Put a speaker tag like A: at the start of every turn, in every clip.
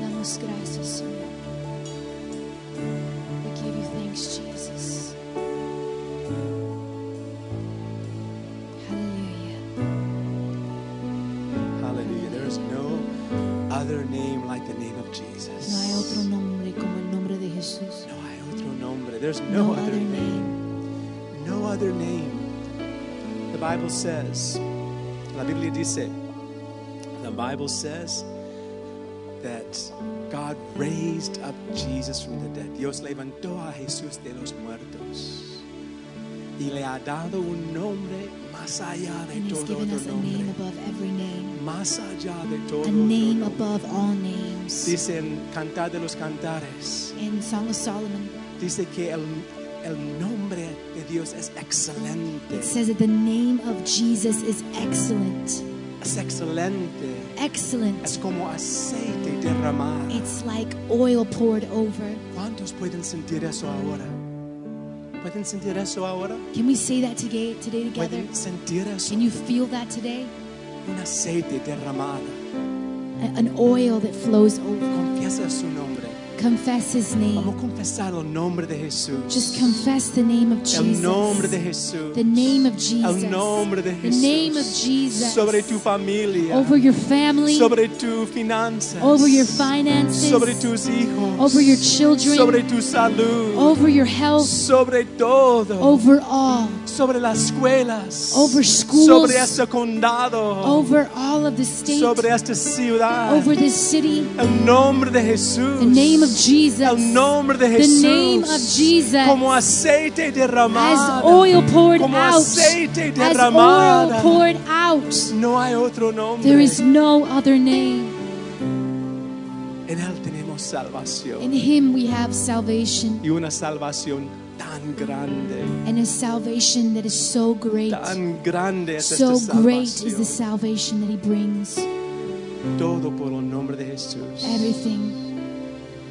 A: damos gracias, Señor. We give you thanks, Jesus. Hallelujah.
B: Hallelujah. There is no other name like the name of
A: No hay otro
B: Jesus.
A: nombre como el nombre de Jesús.
B: No hay otro nombre. There's
A: No
B: no
A: other
B: other name.
A: name.
B: No other name. The Bible says, la Biblia dice, the Bible says that God raised up Jesus from the dead. Dios levantó a Jesús de los muertos y le ha dado un nombre más allá de
A: And He's
B: todo
A: given us
B: otro
A: a name
B: nombre.
A: above every name.
B: Más allá de todo
A: A
B: otro
A: name
B: nombre.
A: above all names.
B: Dicen Cantar de los Cantares.
A: In Song of Solomon,
B: Dice que el, el nombre de Dios es excelente.
A: it says that the name of Jesus is excellent.
B: Es excelente. Es
A: Excellent.
B: como aceite derramado.
A: It's like oil poured over.
B: ¿Cuántos pueden sentir eso ahora? ¿Pueden sentir eso ahora?
A: Can we say that today, today together?
B: ¿Pueden sentir eso?
A: Can you feel that today?
B: Un aceite derramado.
A: A- An oil that flows over.
B: Confiesa su nombre.
A: Confess His name.
B: Vamos a confesar el nombre de Jesús.
A: Just confess the name of Jesus.
B: El nombre de Jesús.
A: The name of Jesus.
B: El nombre de Jesús.
A: The name of Jesus.
B: Sobre tu familia.
A: Over your family.
B: sobre tu finanzas.
A: over your finances.
B: Sobre tus hijos.
A: over your children.
B: Sobre tu salud.
A: over your health.
B: sobre todo.
A: Over all.
B: sobre las escuelas.
A: Over schools.
B: sobre este condado.
A: Over all of the state.
B: sobre esta ciudad.
A: over this city.
B: el nombre de Jesús.
A: The name of Jesus.
B: El nombre de
A: The
B: Jesús.
A: name of Jesus.
B: Como aceite derramado.
A: As oil poured
B: Como
A: out.
B: aceite
A: As
B: derramado.
A: oil poured out.
B: no hay otro nombre.
A: There is no other name.
B: en él tenemos salvación.
A: In Him we have salvation.
B: y una salvación tan grande,
A: And a salvation that is so great.
B: tan grande es
A: So
B: esta
A: great is
B: salvación.
A: the salvation that He brings.
B: Todo por el nombre de Jesús.
A: Everything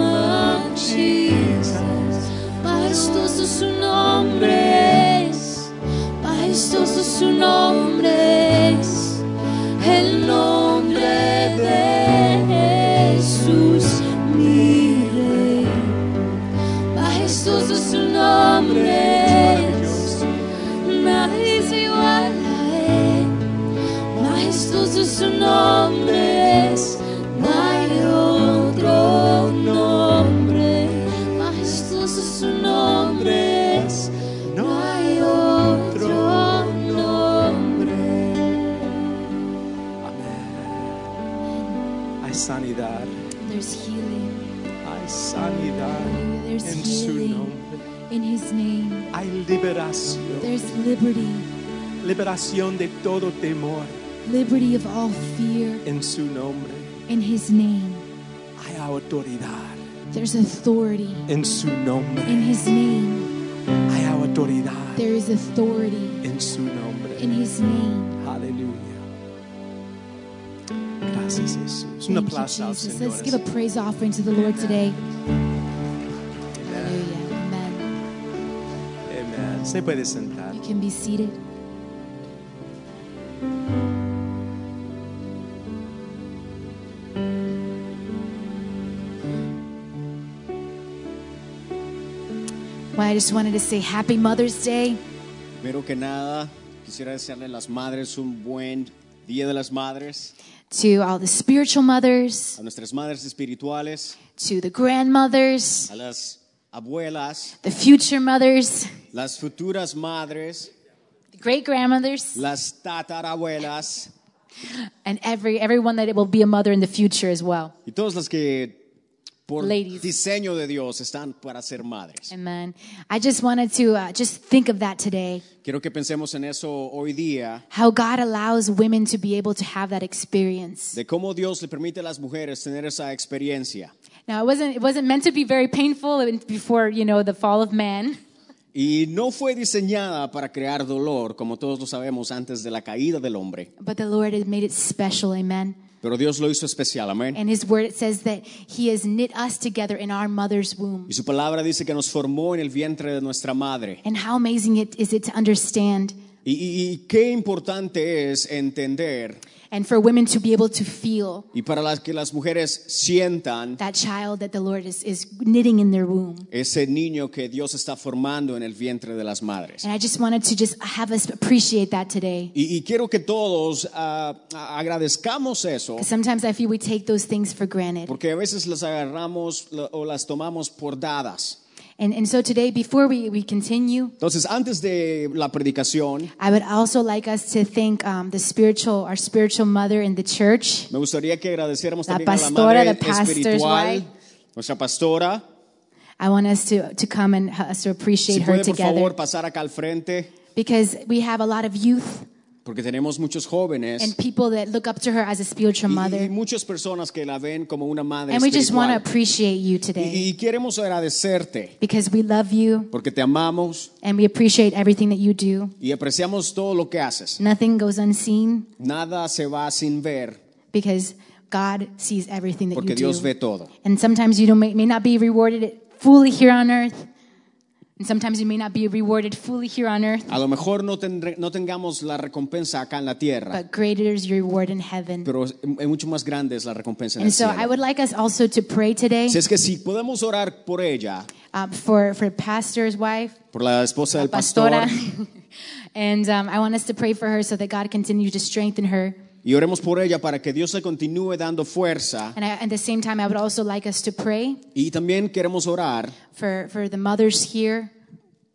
A: of Jesus. Majestuoso su nombre es. Majestuoso su nombre es. El nombre de Jesús, mi rey. Majestuoso su nombre es. Nadie es igual a él. Majestuoso su nombre es. No hay otro nombre. Majestuoso su nombre es. No hay otro nombre.
B: Amén. Hay sanidad,
A: There's healing.
B: hay sanidad
A: There's
B: en su
A: healing
B: nombre.
A: in His name.
B: Hay liberación,
A: There's liberty,
B: liberación de todo temor
A: liberty of all fear
B: en su nombre.
A: in His name.
B: Hay autoridad
A: There's authority
B: en su
A: in
B: nombre.
A: His name.
B: Hay autoridad
A: There is authority
B: en su nombre.
A: in His name.
B: Aleluya. Gracias Jesús. Un
A: Thank you,
B: aplauso al
A: Jesus.
B: Señor.
A: Let's give a praise offering to the Lord today.
B: Amén.
A: Hallelujah. Amen.
B: Amén. Se puede sentar.
A: You can be seated. Well, I just wanted to say Happy Mother's Day.
C: Primero que nada, quisiera desearle a las madres un buen Día de las Madres,
A: to all the spiritual mothers,
C: a nuestras madres espirituales,
A: to the grandmothers,
C: a las abuelas,
A: the future mothers,
C: las futuras madres,
A: the great grandmothers,
C: las tatarabuelas
A: and every everyone that will be a mother in the future as well.
C: y todas las que por
A: Ladies.
C: diseño de Dios están para ser madres.
A: Amen. I just wanted to uh, just think of that today,
C: Quiero que pensemos en eso hoy día,
A: how God allows women to be able to have that experience,
C: de cómo Dios le permite a las mujeres tener esa experiencia.
A: Now it wasn't it wasn't meant to be very painful in- before you know the fall of man.
C: Y no fue diseñada para crear dolor, como todos lo sabemos, antes de la caída del hombre.
A: But the Lord has made it special, amen.
C: Pero Dios lo hizo especial, amén.
A: And his word it says that he has knit us together in our mother's womb.
C: Y su palabra dice que nos formó en el vientre de nuestra madre.
A: And how amazing it is it to understand
C: Y, y- y qué importante es entender,
A: and for women to be able to feel
C: y para las que las mujeres sientan
A: that child that the Lord is, is knitting in their womb.
C: ese niño que Dios está formando en el vientre de las madres.
A: And I just wanted to just have us appreciate that today.
C: Y, y quiero que todos ah, a- agradezcamos eso,
A: 'Cause sometimes I feel we take those things for granted.
C: porque a veces las agarramos la- o las tomamos por dadas.
A: And, and so today, before we, we continue,
C: Entonces, antes de la predicación,
A: I would also like us to thank um, the spiritual, our spiritual mother in the church.
C: Me gustaría que agradeciéramos
A: La
C: también
A: pastora,
C: a la madre
A: the pastor's
C: espiritual,
A: wife.
C: nuestra pastora.
A: I want us to, to come and ha- us to appreciate
C: Si
A: her
C: puede, por
A: together
C: favor, pasar acá al frente,
A: because we have a lot of youth
C: porque tenemos muchos jóvenes
A: and people that look up to her as a spiritual
C: y, y
A: mother.
C: muchas personas que la ven como una madre
A: And we just want to
C: espiritual.
A: appreciate you
C: Y,
A: today
C: y queremos agradecerte,
A: because we love you
C: porque te amamos
A: and we appreciate everything that you do.
C: y apreciamos todo lo que haces.
A: Nothing goes unseen
C: Nada se va sin ver,
A: because God sees everything that
C: porque
A: you
C: Dios
A: do.
C: ve todo.
A: And sometimes you don't, may, may not be rewarded fully here on earth. And sometimes you may not be rewarded fully here on earth.
C: A lo mejor no, tendre- no tengamos la recompensa acá en la tierra,
A: But greater is your reward in heaven.
C: pero es, es mucho más grande es la recompensa en
A: And
C: el
A: so I
C: cielo.
A: would like us also to pray today
C: Si es que si podemos orar por ella,
A: um, for, for pastor's wife,
C: por la esposa del
A: pastora.
C: pastor,
A: and um, I want us to pray for her so that God continues to strengthen her.
C: Y oremos por ella para que Dios le continúe dando fuerza.
A: And I, at the same time, I would also like us to pray
C: Y también queremos orar
A: for, for the mothers here,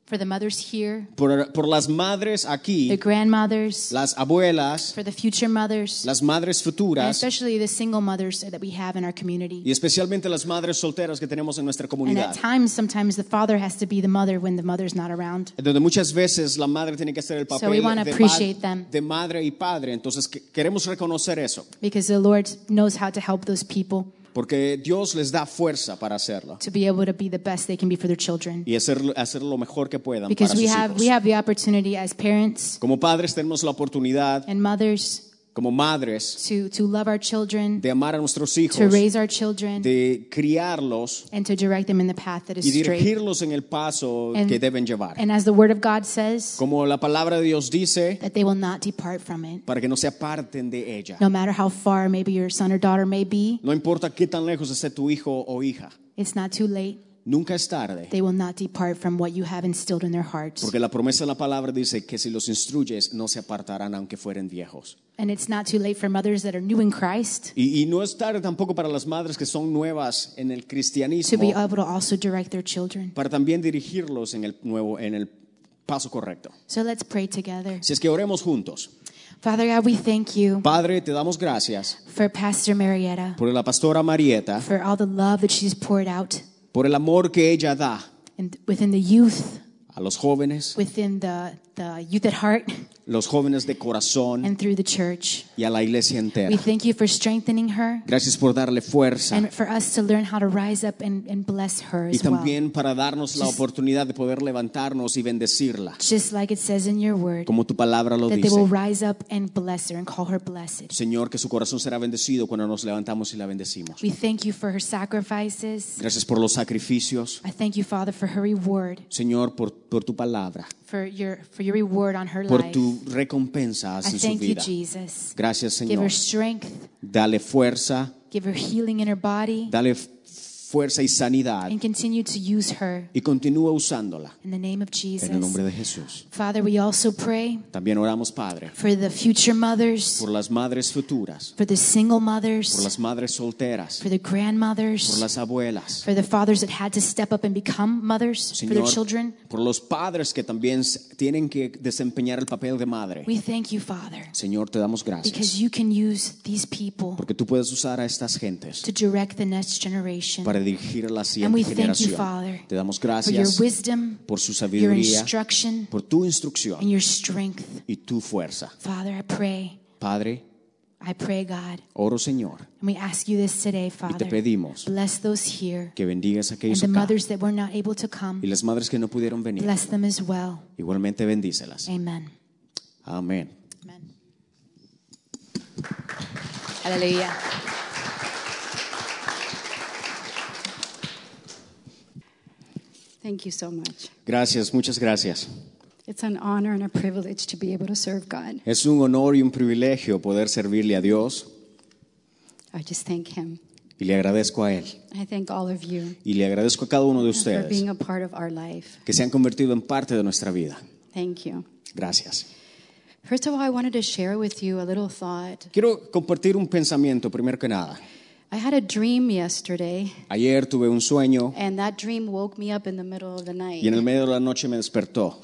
A: for the mothers here,
C: por, por las madres
A: the
C: aquí,
A: grandmothers,
C: las abuelas,
A: for the future mothers,
C: las madres
A: and
C: futuras
A: especially the single mothers that we have in our
C: y
A: community.
C: especialmente las madres solteras que tenemos en nuestra
A: And at
C: comunidad.
A: times, sometimes the father has to be the mother when the mother's not around.
C: Donde muchas veces la madre tiene que hacer el papel
A: we
C: de,
A: wanna
C: pa-
A: appreciate them.
C: de madre y padre. Entonces que- queremos reconocer eso,
A: because the Lord knows how to help those people
C: porque Dios les da fuerza para hacerlo
A: to be able to be the best they can be for their children.
C: y hacer, hacer lo mejor que puedan
A: Because
C: para
A: we
C: sus
A: have
C: hijos.
A: we have the opportunity as parents
C: Como padres tenemos la oportunidad,
A: and mothers
C: como madres,
A: to to love our children,
C: de amar a nuestros
A: to
C: hijos,
A: raise our children,
C: de criarlos
A: and to direct them in the path that
C: y
A: is straight.
C: dirigirlos en el paso
A: And-
C: que deben llevar.
A: And as the Word of God says,
C: Como la palabra de Dios dice,
A: that they will not depart from it,
C: para que no se aparten de ella.
A: no matter how far maybe your son or daughter may be.
C: No importa qué tan lejos esté tu hijo o hija,
A: It's not too late.
C: nunca es tarde,
A: They will not depart from what you have instilled in their hearts.
C: porque la promesa de la palabra dice que si los instruyes no se apartarán aunque fueren viejos.
A: And it's not too late for mothers that are new in Christ
C: Y, y no es tarde tampoco para las madres que son nuevas en el
A: to be
C: cristianismo,
A: able to also direct their children.
C: para también dirigirlos en el nuevo, en el paso correcto.
A: So let's pray together.
C: Si es que oremos juntos.
A: Father God, we thank you
C: Padre, te damos gracias
A: for Pastor Marietta,
C: por la pastora Marieta,
A: for all the love that she's poured out
C: por el amor que ella da
A: and within the youth,
C: a los jóvenes,
A: within the, the youth at heart,
C: los jóvenes de corazón
A: and through the church.
C: y a la iglesia
A: We
C: entera.
A: thank you for strengthening her
C: Gracias por darle fuerza
A: and for us to learn how to rise up and, and bless her
C: y
A: as well.
C: también para darnos la
A: Just-
C: oportunidad de poder levantarnos y bendecirla,
A: Just like it says in your word,
C: como tu palabra lo
A: that they will
C: dice.
A: rise up and bless her and call her blessed.
C: Señor, que su corazón será bendecido cuando nos levantamos y la bendecimos.
A: We thank you for her sacrifices.
C: Gracias por los sacrificios,
A: I thank you, Father, for her reward,
C: Señor, por, por tu palabra,
A: for your, for your reward on her
C: por
A: life.
C: tu recompensa
A: I
C: en su
A: thank you,
C: vida.
A: Jesus.
C: Gracias,
A: Give
C: Señor.
A: her strength,
C: Dale fuerza,
A: give her healing in her body,
C: dale f- fuerza y sanidad
A: and continue to use her
C: y continúa usándola
A: in the name of
C: en el
A: Jesus.
C: nombre de Jesús.
A: Father, we also pray
C: También oramos, Padre,
A: for the future mothers,
C: por las madres futuras.
A: for the single
C: por
A: mothers,
C: las madres solteras,
A: for the
C: por
A: grandmothers,
C: las abuelas,
A: for the fathers that had to step up and become mothers for their
C: Señor,
A: children.
C: por los padres que también s- tienen que desempeñar el papel de madre.
A: We thank you, Father,
C: Señor, te damos gracias
A: because you can use these people
C: porque tú puedes usar a estas gentes
A: to direct the next generation for
C: para dirigir a la
A: we
C: siguiente
A: thank you,
C: generación.
A: Father,
C: Te damos
A: your
C: gracias
A: wisdom,
C: por su
A: your
C: sabiduría,
A: instruction,
C: por tu
A: and
C: instrucción
A: your strength.
C: y tu fuerza.
A: Father, I pray
C: Padre,
A: I pray, God,
C: Oro, Señor,
A: and we ask you this today,
C: y
A: Father.
C: te pedimos
A: Bless those here
C: que bendigas a
A: and
C: aquellos
A: the
C: acá
A: mothers that were not able to
C: y
A: come.
C: las madres que no pudieron venir.
A: Bless them as well.
C: Igualmente bendícelas.
A: Amen.
C: Amén.
A: Amen. Hallelujah.
D: Thank you so much.
C: Gracias, muchas gracias.
D: It's an honor and a privilege to be able to serve God.
C: Es un honor y un privilegio poder servirle a Dios
D: I just thank Him.
C: y le agradezco a Él.
D: I thank all of you
C: Y le agradezco a cada uno de
D: for
C: ustedes
D: being a part of our life.
C: que se han convertido en parte de nuestra vida.
D: Thank you.
C: Gracias.
D: First of all, I wanted to share with you a little thought.
C: Quiero compartir un pensamiento, primero que nada.
D: I had a dream yesterday,
C: Ayer tuve un sueño
D: and that dream woke me up in the middle of the night.
C: y en el medio de la noche me despertó.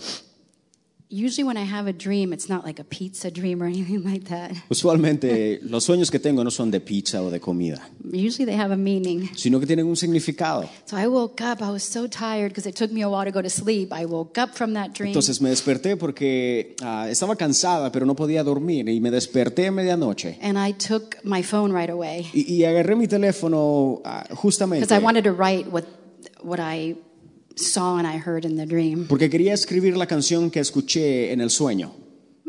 D: Usually, when I have a dream, it's not like a pizza dream or anything like that.
C: Usualmente los sueños que tengo no son de pizza o de comida,
D: Usually, they have a meaning.
C: sino que tienen un significado.
D: So I woke up. I was so tired because it took me a while to go to sleep. I woke up from that dream.
C: Entonces me desperté porque ah, estaba cansada, pero no podía dormir y me desperté a medianoche.
D: and I took my phone right away
C: Y, y agarré mi teléfono ah,
D: because
C: justamente
D: I wanted to write what what I saw and I heard in the dream.
C: porque quería escribir la canción que escuché en el sueño.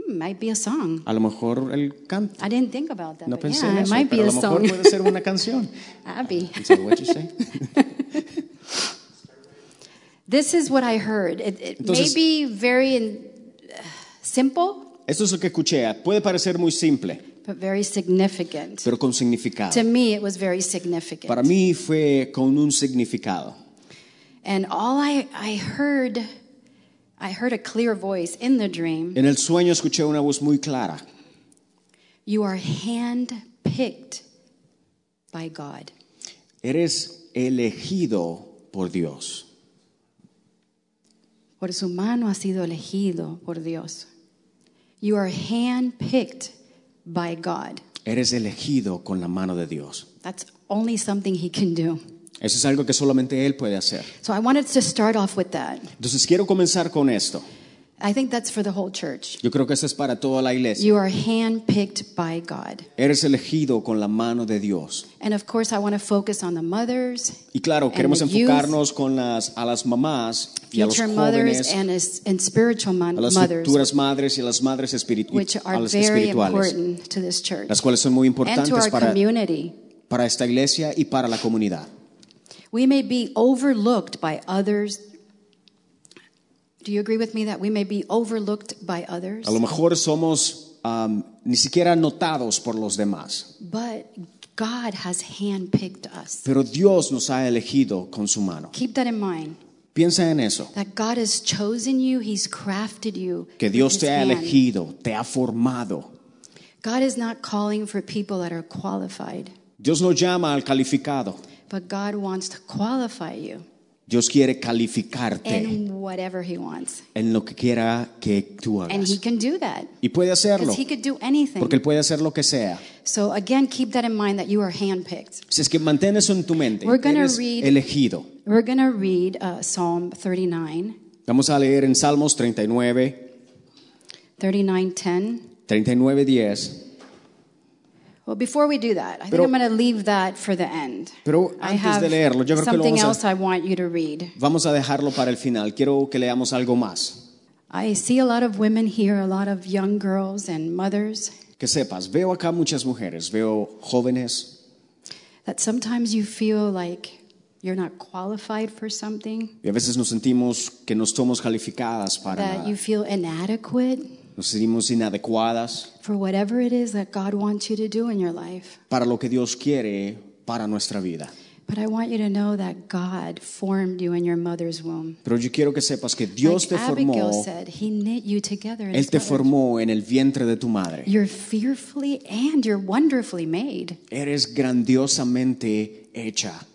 D: Hmm, might be a song.
C: A lo mejor el canto.
D: I didn't think about that.
C: No
D: but
C: pensé
D: yeah,
C: en
D: it
C: eso,
D: might be
C: pero a lo
D: a
C: mejor
D: song.
C: puede ser una canción.
D: Abby,
C: So what you say?
D: this is what I heard. It, it
C: Entonces-
D: may be very in, uh, simple,
C: Esto es lo que escuché. Puede parecer muy simple,
D: but very significant.
C: pero con significado.
D: To me, it was very significant.
C: Para mí fue con un significado.
D: And all I, I heard, I heard a clear voice in the dream.
C: En el sueño escuché una voz muy clara.
D: You are handpicked by God.
C: Eres elegido por Dios.
D: Por su mano has sido elegido por Dios. You are handpicked by God.
C: Eres elegido con la mano de Dios.
D: That's only something He can do.
C: Eso es algo que solamente Él puede hacer.
D: So I wanted to start off with that.
C: Entonces quiero comenzar con esto.
D: I think that's for the whole church.
C: Yo creo que esto es para toda la iglesia.
D: You are handpicked by God.
C: Eres elegido con la mano de Dios.
D: And of course, I want to focus on the mothers,
C: Y claro, queremos
D: the youth,
C: enfocarnos con las, a las mamás y a los
D: future mothers,
C: jóvenes,
D: and, as- and spiritual mon-
C: a las
D: mothers,
C: futuras madres y a las madres espiritu-
D: which
C: a
D: are
C: las
D: very
C: espirituales,
D: important to this church
C: las cuales son muy
D: and to
C: importantes
D: our
C: para,
D: community.
C: para esta iglesia y para la comunidad.
D: We may be overlooked by others. Do you agree with me that we may be overlooked by others?
C: A lo mejor somos am, ni siquiera notados por los demás,
D: But God has handpicked us.
C: pero Dios nos ha elegido con su mano.
D: Keep that in mind.
C: Piensa en eso,
D: That God has chosen you, He's crafted you.
C: que
D: with
C: Dios
D: His
C: te ha
D: hand.
C: elegido, te ha formado.
D: God is not calling for people that are qualified,
C: Dios no llama al calificado,
D: but God wants to qualify you
C: Dios quiere calificarte
D: in whatever He wants.
C: en lo que quiera que tú
D: And He
C: hagas.
D: can do that
C: Y puede hacerlo,
D: because He could do anything.
C: porque Él puede hacer lo que sea.
D: So, again, keep that in mind that you are handpicked.
C: Si es que mantén eso en tu mente,
D: We're gonna
C: eres
D: read-
C: elegido.
D: We're going to read uh, Psalm 39,
C: Vamos a leer en Salmos 39,
D: 39:10.
C: 39, 10.
D: Well, before we do that, I think
C: Pero-
D: I'm going to leave that for the end.
C: Pero
D: I
C: antes
D: have
C: de leerlo, yo creo que lo
D: something
C: vamos a-
D: else I want you to read.
C: Vamos a dejarlo para el final. Quiero que leamos algo más.
D: I see a lot of women here, a lot of young girls and mothers,
C: Que sepas, veo acá muchas mujeres, veo jóvenes,
D: that sometimes you feel like you're not qualified for something,
C: y a veces nos sentimos que no somos calificadas para
D: that
C: nada.
D: you feel inadequate
C: Nos sentimos inadecuadas
D: for whatever it is that God wants you to do in your life.
C: para lo que Dios quiere para nuestra vida.
D: But I want you to know that God formed you in your mother's womb.
C: Pero yo quiero que sepas que Dios
D: like
C: te
D: Abigail
C: formó,
D: said, he knit you together. in
C: Él
D: his
C: te
D: mother.
C: formó en el vientre de tu madre.
D: You're fearfully and you're wonderfully made.
C: Eres grandiosamente hecha.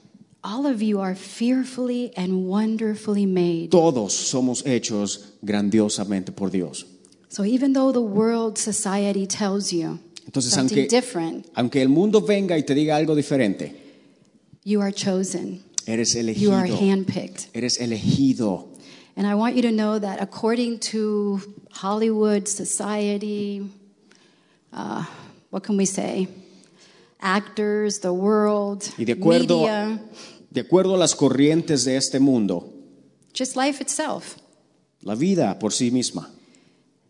D: All of you are fearfully and wonderfully made.
C: Todos somos hechos grandiosamente por Dios.
D: So even though the world society tells you
C: Entonces,
D: something
C: aunque,
D: different,
C: aunque el mundo venga y te diga algo diferente,
D: you are chosen.
C: eres
D: You
C: elegido.
D: are handpicked.
C: Eres elegido.
D: And I want you to know that according to Hollywood society, uh, what can we say? Actors, the world,
C: Y de acuerdo,
D: media,
C: de acuerdo a las corrientes de este mundo,
D: just life itself.
C: la vida por sí misma,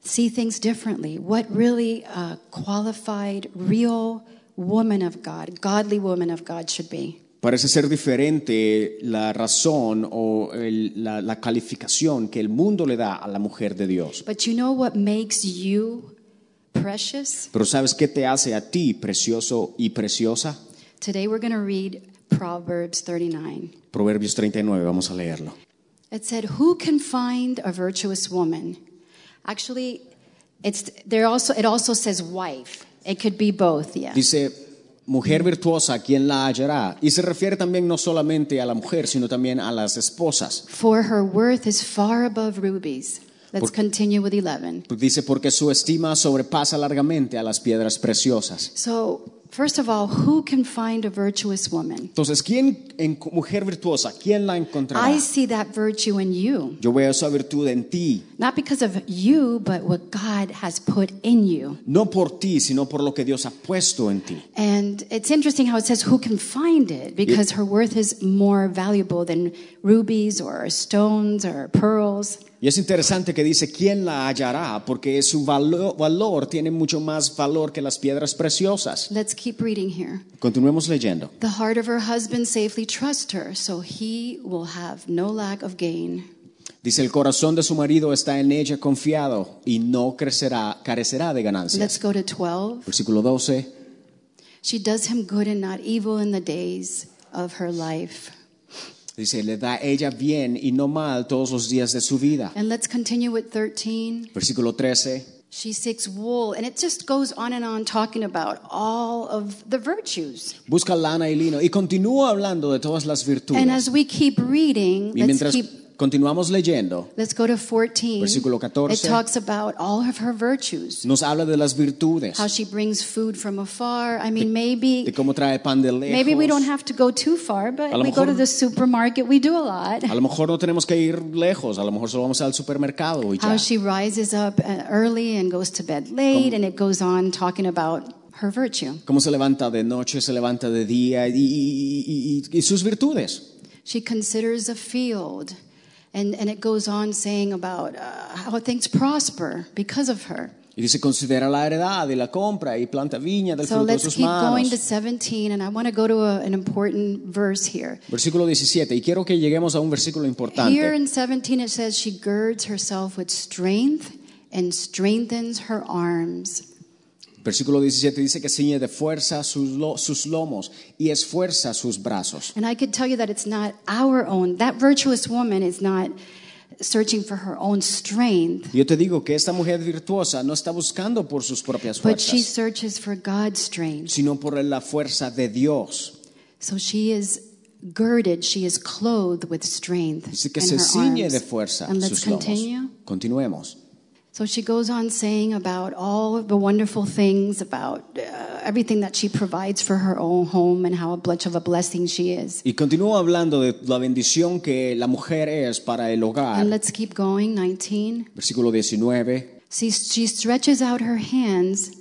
D: See things differently. What really a qualified, real woman of God, godly woman of God should be.
C: parece ser diferente la razón o el- la, la calificación que el mundo le da a la mujer de Dios.
D: But you know what makes you precious?
C: Pero ¿sabes qué te hace a ti precioso y preciosa?
D: Today we're going to read Proverbs 39.
C: Proverbios 39, vamos a leerlo.
D: It said, "Who can find a virtuous woman?" Actually, it's there also. It also says wife. It could be both. Yeah.
C: Dice, mujer virtuosa, ¿quién la hallará? Y se refiere también no solamente a la mujer, sino también a las esposas.
D: For her worth is far above rubies. Let's
C: Por-
D: continue with eleven.
C: Dice, porque su estima sobrepasa largamente a las piedras preciosas.
D: So, first of all, who can find a virtuous woman?
C: Entonces, ¿quién, en, mujer virtuosa, quién la encontrará?
D: I see that virtue in you,
C: Yo veo esa virtud en ti,
D: not because of you, but what God has put in you.
C: no por ti, sino por lo que Dios ha puesto en ti.
D: And it's interesting how it says who can find it because her worth is more valuable than rubies or stones or pearls.
C: Y es interesante que dice, ¿quién la hallará? Porque su valo- valor tiene mucho más valor que las piedras preciosas.
D: Let's keep reading here.
C: Continuemos leyendo.
D: The heart of her husband safely trusts her, so he will have no lack of gain.
C: Dice, el corazón de su marido está en ella confiado y no crecerá, carecerá de
D: Let's
C: ganancias.
D: go to 12.
C: Versículo 12.
D: She does him good and not evil in the days of her life.
C: Dice, le da ella bien y no mal todos los días de su vida.
D: And let's continue with 13.
C: Versículo 13.
D: She seeks wool, and it just goes on and on talking about all of the virtues.
C: Busca lana y lino y continúa hablando de todas las
D: And
C: virtudes.
D: as we keep reading,
C: Y
D: let's
C: mientras
D: keep
C: continuamos leyendo,
D: let's go to 14.
C: Versículo 14.
D: It talks about all of her virtues.
C: nos habla de las virtudes,
D: How she brings food from afar. I
C: de
D: mean, maybe
C: cómo trae pan de lejos.
D: maybe we don't have to go too far, but
C: A lo
D: we go to
C: mejor-
D: the supermarket, we do a lot.
C: A lo mejor no tenemos que ir lejos, a lo mejor solo vamos al supermercado y ya.
D: How she rises up uh, early and goes to bed late, and it goes on talking about her virtue.
C: Cómo se levanta de noche, se levanta de día y, y- y- y- y sus virtudes.
D: She considers a field, and, and it goes on saying about uh, how things prosper because of her.
C: Y dice, considera la heredad y la compra y planta viña del
D: So
C: fruto de
D: let's
C: sus
D: keep going
C: manos.
D: to 17, and I want to go to a, an important verse here.
C: Versículo 17, y quiero que lleguemos a un versículo
D: Here
C: importante.
D: in 17, it says, She girds herself with strength and strengthens her arms.
C: Versículo 17 dice que ciñe de fuerza sus, lo- sus lomos y esfuerza sus brazos.
D: And I could tell you that it's not our own, that virtuous woman is not searching for her own strength,
C: Yo te digo que esta mujer virtuosa no está buscando por sus propias
D: but she
C: fuerzas,
D: searches for God's strength.
C: sino por la fuerza de Dios.
D: So she is girded, she is clothed with strength.
C: Dice que
D: in
C: se
D: her
C: ciñe
D: arms.
C: de fuerza
D: And let's
C: sus lomos.
D: continue.
C: Continuemos.
D: So she goes on saying about all of the wonderful things, about uh, everything that she provides for her own home and how much of a blessing she is.
C: Y continúo hablando de la bendición que la mujer es para el
D: And
C: hogar.
D: let's keep going. 19.
C: Versículo 19.
D: She, she stretches out her hands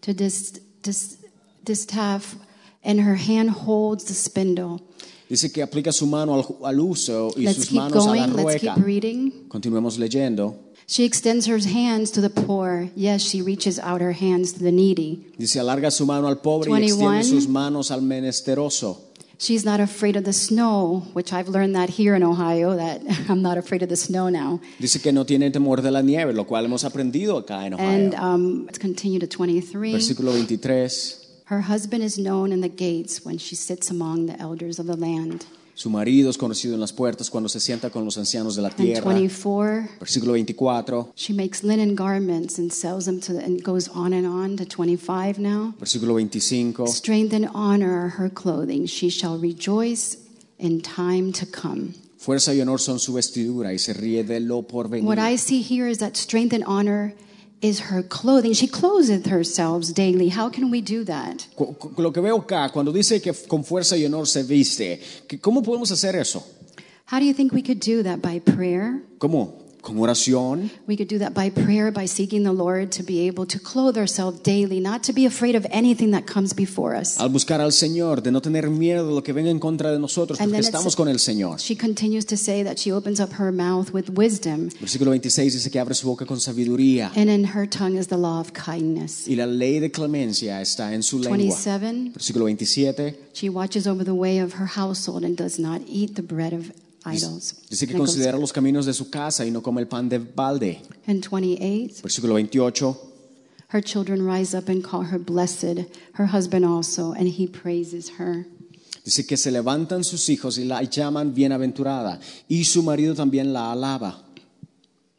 D: to dis, dis, distaff, and her hand holds the spindle.
C: Dice que aplica su mano al, al uso y
D: Let's
C: sus
D: keep
C: manos a
D: going.
C: la
D: Let's keep
C: rueca.
D: reading.
C: Continuemos leyendo.
D: She extends her hands to the poor. Yes, she reaches out her hands to the needy.
C: Dice, alarga su mano al pobre y extiende
D: 21.
C: sus manos al menesteroso.
D: She's not afraid of the snow, which I've learned that here in Ohio, that I'm not afraid of the snow now.
C: Dice que no tiene temor de la nieve, lo cual hemos aprendido acá en Ohio.
D: And um, let's continue to 23.
C: Versículo 23.
D: Her husband is known in the gates when she sits among the elders of the land.
C: Su marido es conocido en las puertas cuando se sienta con los ancianos de la
D: And
C: tierra.
D: 24,
C: Versículo 24.
D: she makes linen garments and sells them to the, and goes on and on to 25 now.
C: Versículo 25.
D: Strength and honor are her clothing. She shall rejoice in time to come.
C: Fuerza y honor son su vestidura y se ríe de lo por
D: What
C: venir.
D: I see here is that strength and honor is her clothing. She clotheth herself daily. How can we do that?
C: Cu- cu- Lo que veo acá, cuando dice que f- con fuerza y honor se viste, que- ¿cómo podemos hacer eso?
D: How do you think we could do that? By prayer,
C: ¿Cómo? con oración,
D: We could do that by prayer, by seeking the Lord to be able to clothe ourselves daily, not to be afraid of anything that comes before us.
C: al buscar al Señor, de no tener miedo de lo que venga en contra de nosotros,
D: And
C: porque
D: then it
C: estamos
D: sa-
C: con el Señor.
D: She continues to say that she opens up her mouth with wisdom,
C: Versículo 26 dice que abre su boca con sabiduría
D: and in her tongue is the law of kindness.
C: y la ley de clemencia está en su lengua.
D: 27,
C: Versículo 27
D: she watches over the way of her household and does not eat the bread of idols.
C: dice que
D: And it goes-
C: considera los caminos de su casa y no come el pan de balde.
D: And 28,
C: Versículo 28
D: her children rise up and call her blessed, her husband also, and he praises her.
C: dice que se levantan sus hijos y la llaman bienaventurada y su marido también la alaba.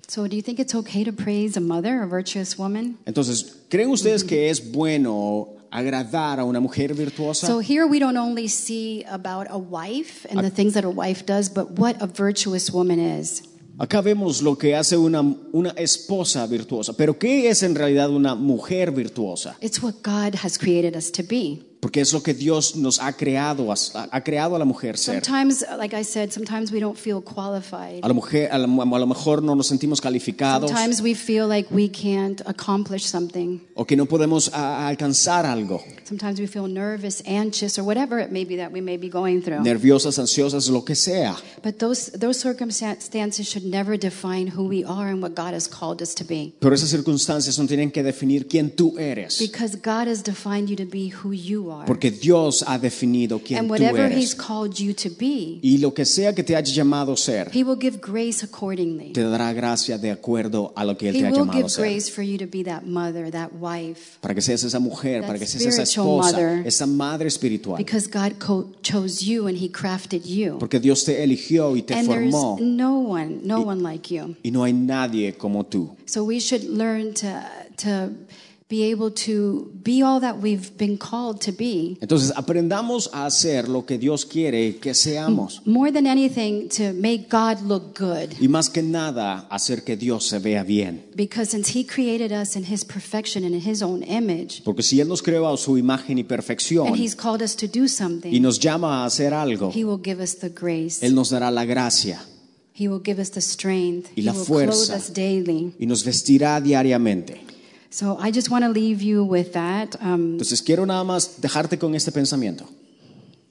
D: So, do you think it's okay to praise a mother, a virtuous woman?
C: Entonces, ¿creen ustedes que es bueno agradar a una mujer virtuosa?
D: So here we don't only see about a wife and the things that a wife does, but what a virtuous woman is.
C: Acá vemos lo que hace una, una esposa virtuosa, pero ¿qué es en realidad una mujer virtuosa?
D: It's what God has created us to be.
C: Porque es lo que Dios nos ha creado, as- ha, ha creado a la mujer ser.
D: Sometimes, like I said, sometimes we don't feel qualified.
C: A la mujer, a, la- a lo mejor no nos sentimos calificados
D: Sometimes we feel like we can't accomplish something.
C: o que no podemos a- a alcanzar algo.
D: Sometimes we feel nervous, anxious, or whatever it may be that we may be going through.
C: Nerviosas, ansiosas, lo que sea.
D: But those, those circumstances should never define who we are and what God has called us to be.
C: Pero esas circunstancias no tienen que definir quién tú eres,
D: Because God has defined you to be who you are.
C: porque Dios ha definido quién
D: And
C: tú
D: whatever
C: eres.
D: He's called you to be,
C: Y lo que sea que te haya llamado ser,
D: He will give grace accordingly.
C: te dará gracia de acuerdo a lo que Él
D: He
C: te ha
D: will
C: llamado
D: give
C: ser.
D: grace for you to be that mother, that wife,
C: Para que seas esa mujer,
D: That
C: para que seas esa
D: spiritual
C: esposa,
D: mother.
C: esa madre espiritual.
D: because God co- chose you and He crafted you.
C: Porque Dios te eligió y te
D: And there's
C: formó.
D: no one, no one like you.
C: Y no hay nadie como tú.
D: So we should learn to to be able to be all that we've been called to be.
C: Entonces aprendamos a hacer lo que Dios quiere que seamos.
D: More than anything, to make God look good,
C: Y más que nada, hacer que Dios se vea bien.
D: because since He created us in His perfection and in His own image,
C: Porque si Él nos creó a su imagen y perfección
D: and He's called us to do
C: y
D: something,
C: nos llama a hacer algo,
D: He will give us the grace.
C: Él nos dará la gracia
D: He will give us the strength.
C: Y
D: He
C: la
D: will
C: fuerza.
D: clothe us daily.
C: y nos vestirá diariamente.
D: So I just want to leave you with that um,
C: Entonces quiero nada más dejarte con este pensamiento,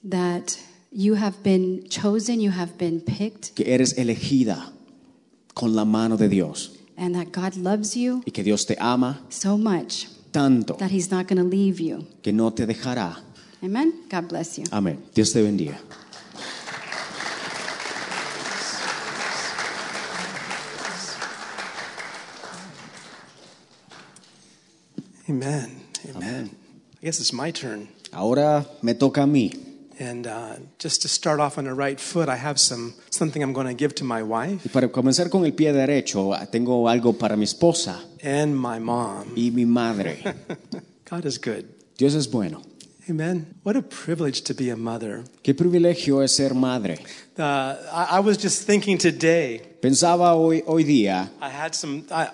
D: that you have been chosen, you have been picked,
C: que eres elegida con la mano de Dios
D: and that God loves you
C: y que Dios te ama
D: so much
C: tanto
D: that He's not going to leave you.
C: que no te dejará.
D: Amen. God bless you.
C: Amén. Dios te bendiga.
B: Amen. Amen. I guess it's my turn.
C: Ahora me toca a mí.
B: And uh, just to start off on the right foot, I have some something I'm going to give to my wife
C: Y para comenzar con el pie derecho, tengo algo para mi esposa
B: and my mom.
C: y mi madre.
B: God is good.
C: Dios es bueno.
B: Amen. What a privilege to be a mother.
C: Qué privilegio es ser madre.
B: Uh, I, I was just thinking today.
C: Pensaba hoy, hoy día,
B: I had some. I,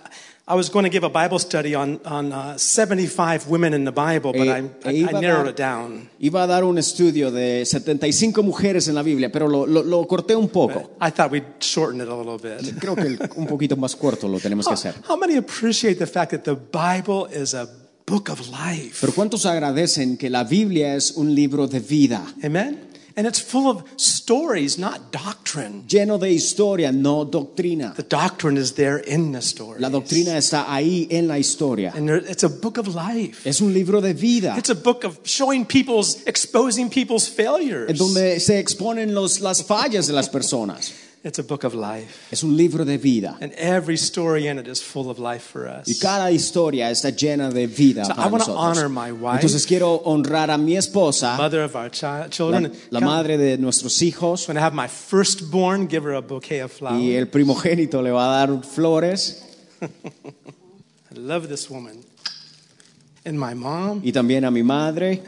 B: I was going to give a Bible study on on uh, 75 women in the Bible, but
C: Eh,
B: I,
C: eh,
B: I,
C: iba
B: I
C: a
B: narrowed
C: dar-
B: it down.
C: iba a dar un estudio de 75 mujeres en la Biblia, pero lo, lo- lo corté un poco.
B: I thought we'd shorten it a little bit.
C: Creo que el- un poquito más corto lo tenemos
B: How,
C: que hacer.
B: how many appreciate the fact that the Bible is a book of life?
C: Pero ¿cuántos agradecen que la Biblia es un libro de vida,
B: Amen. And it's full of stories, not doctrine.
C: lleno de historia, no doctrina?
B: The doctrine is there in the story.
C: La doctrina está ahí en la historia.
B: And there, it's a book of life.
C: Es un libro de vida,
B: It's a book of showing people's, exposing people's failures.
C: en donde se exponen los- las fallas de las personas.
B: It's a book of life.
C: Es un libro de vida.
B: And every story in it is full of life for us.
C: Y cada historia está llena de vida
B: So I
C: para
B: wanna
C: nosotros.
B: honor my wife.
C: Entonces quiero honrar a mi esposa,
B: Mother of our chi-
C: la,
B: children.
C: la
B: Come-
C: madre de nuestros hijos,
B: When I have my firstborn, give her a bouquet of flowers.
C: y el primogénito le va a dar flores,
B: I love this woman. And my mom,
C: y también a mi madre.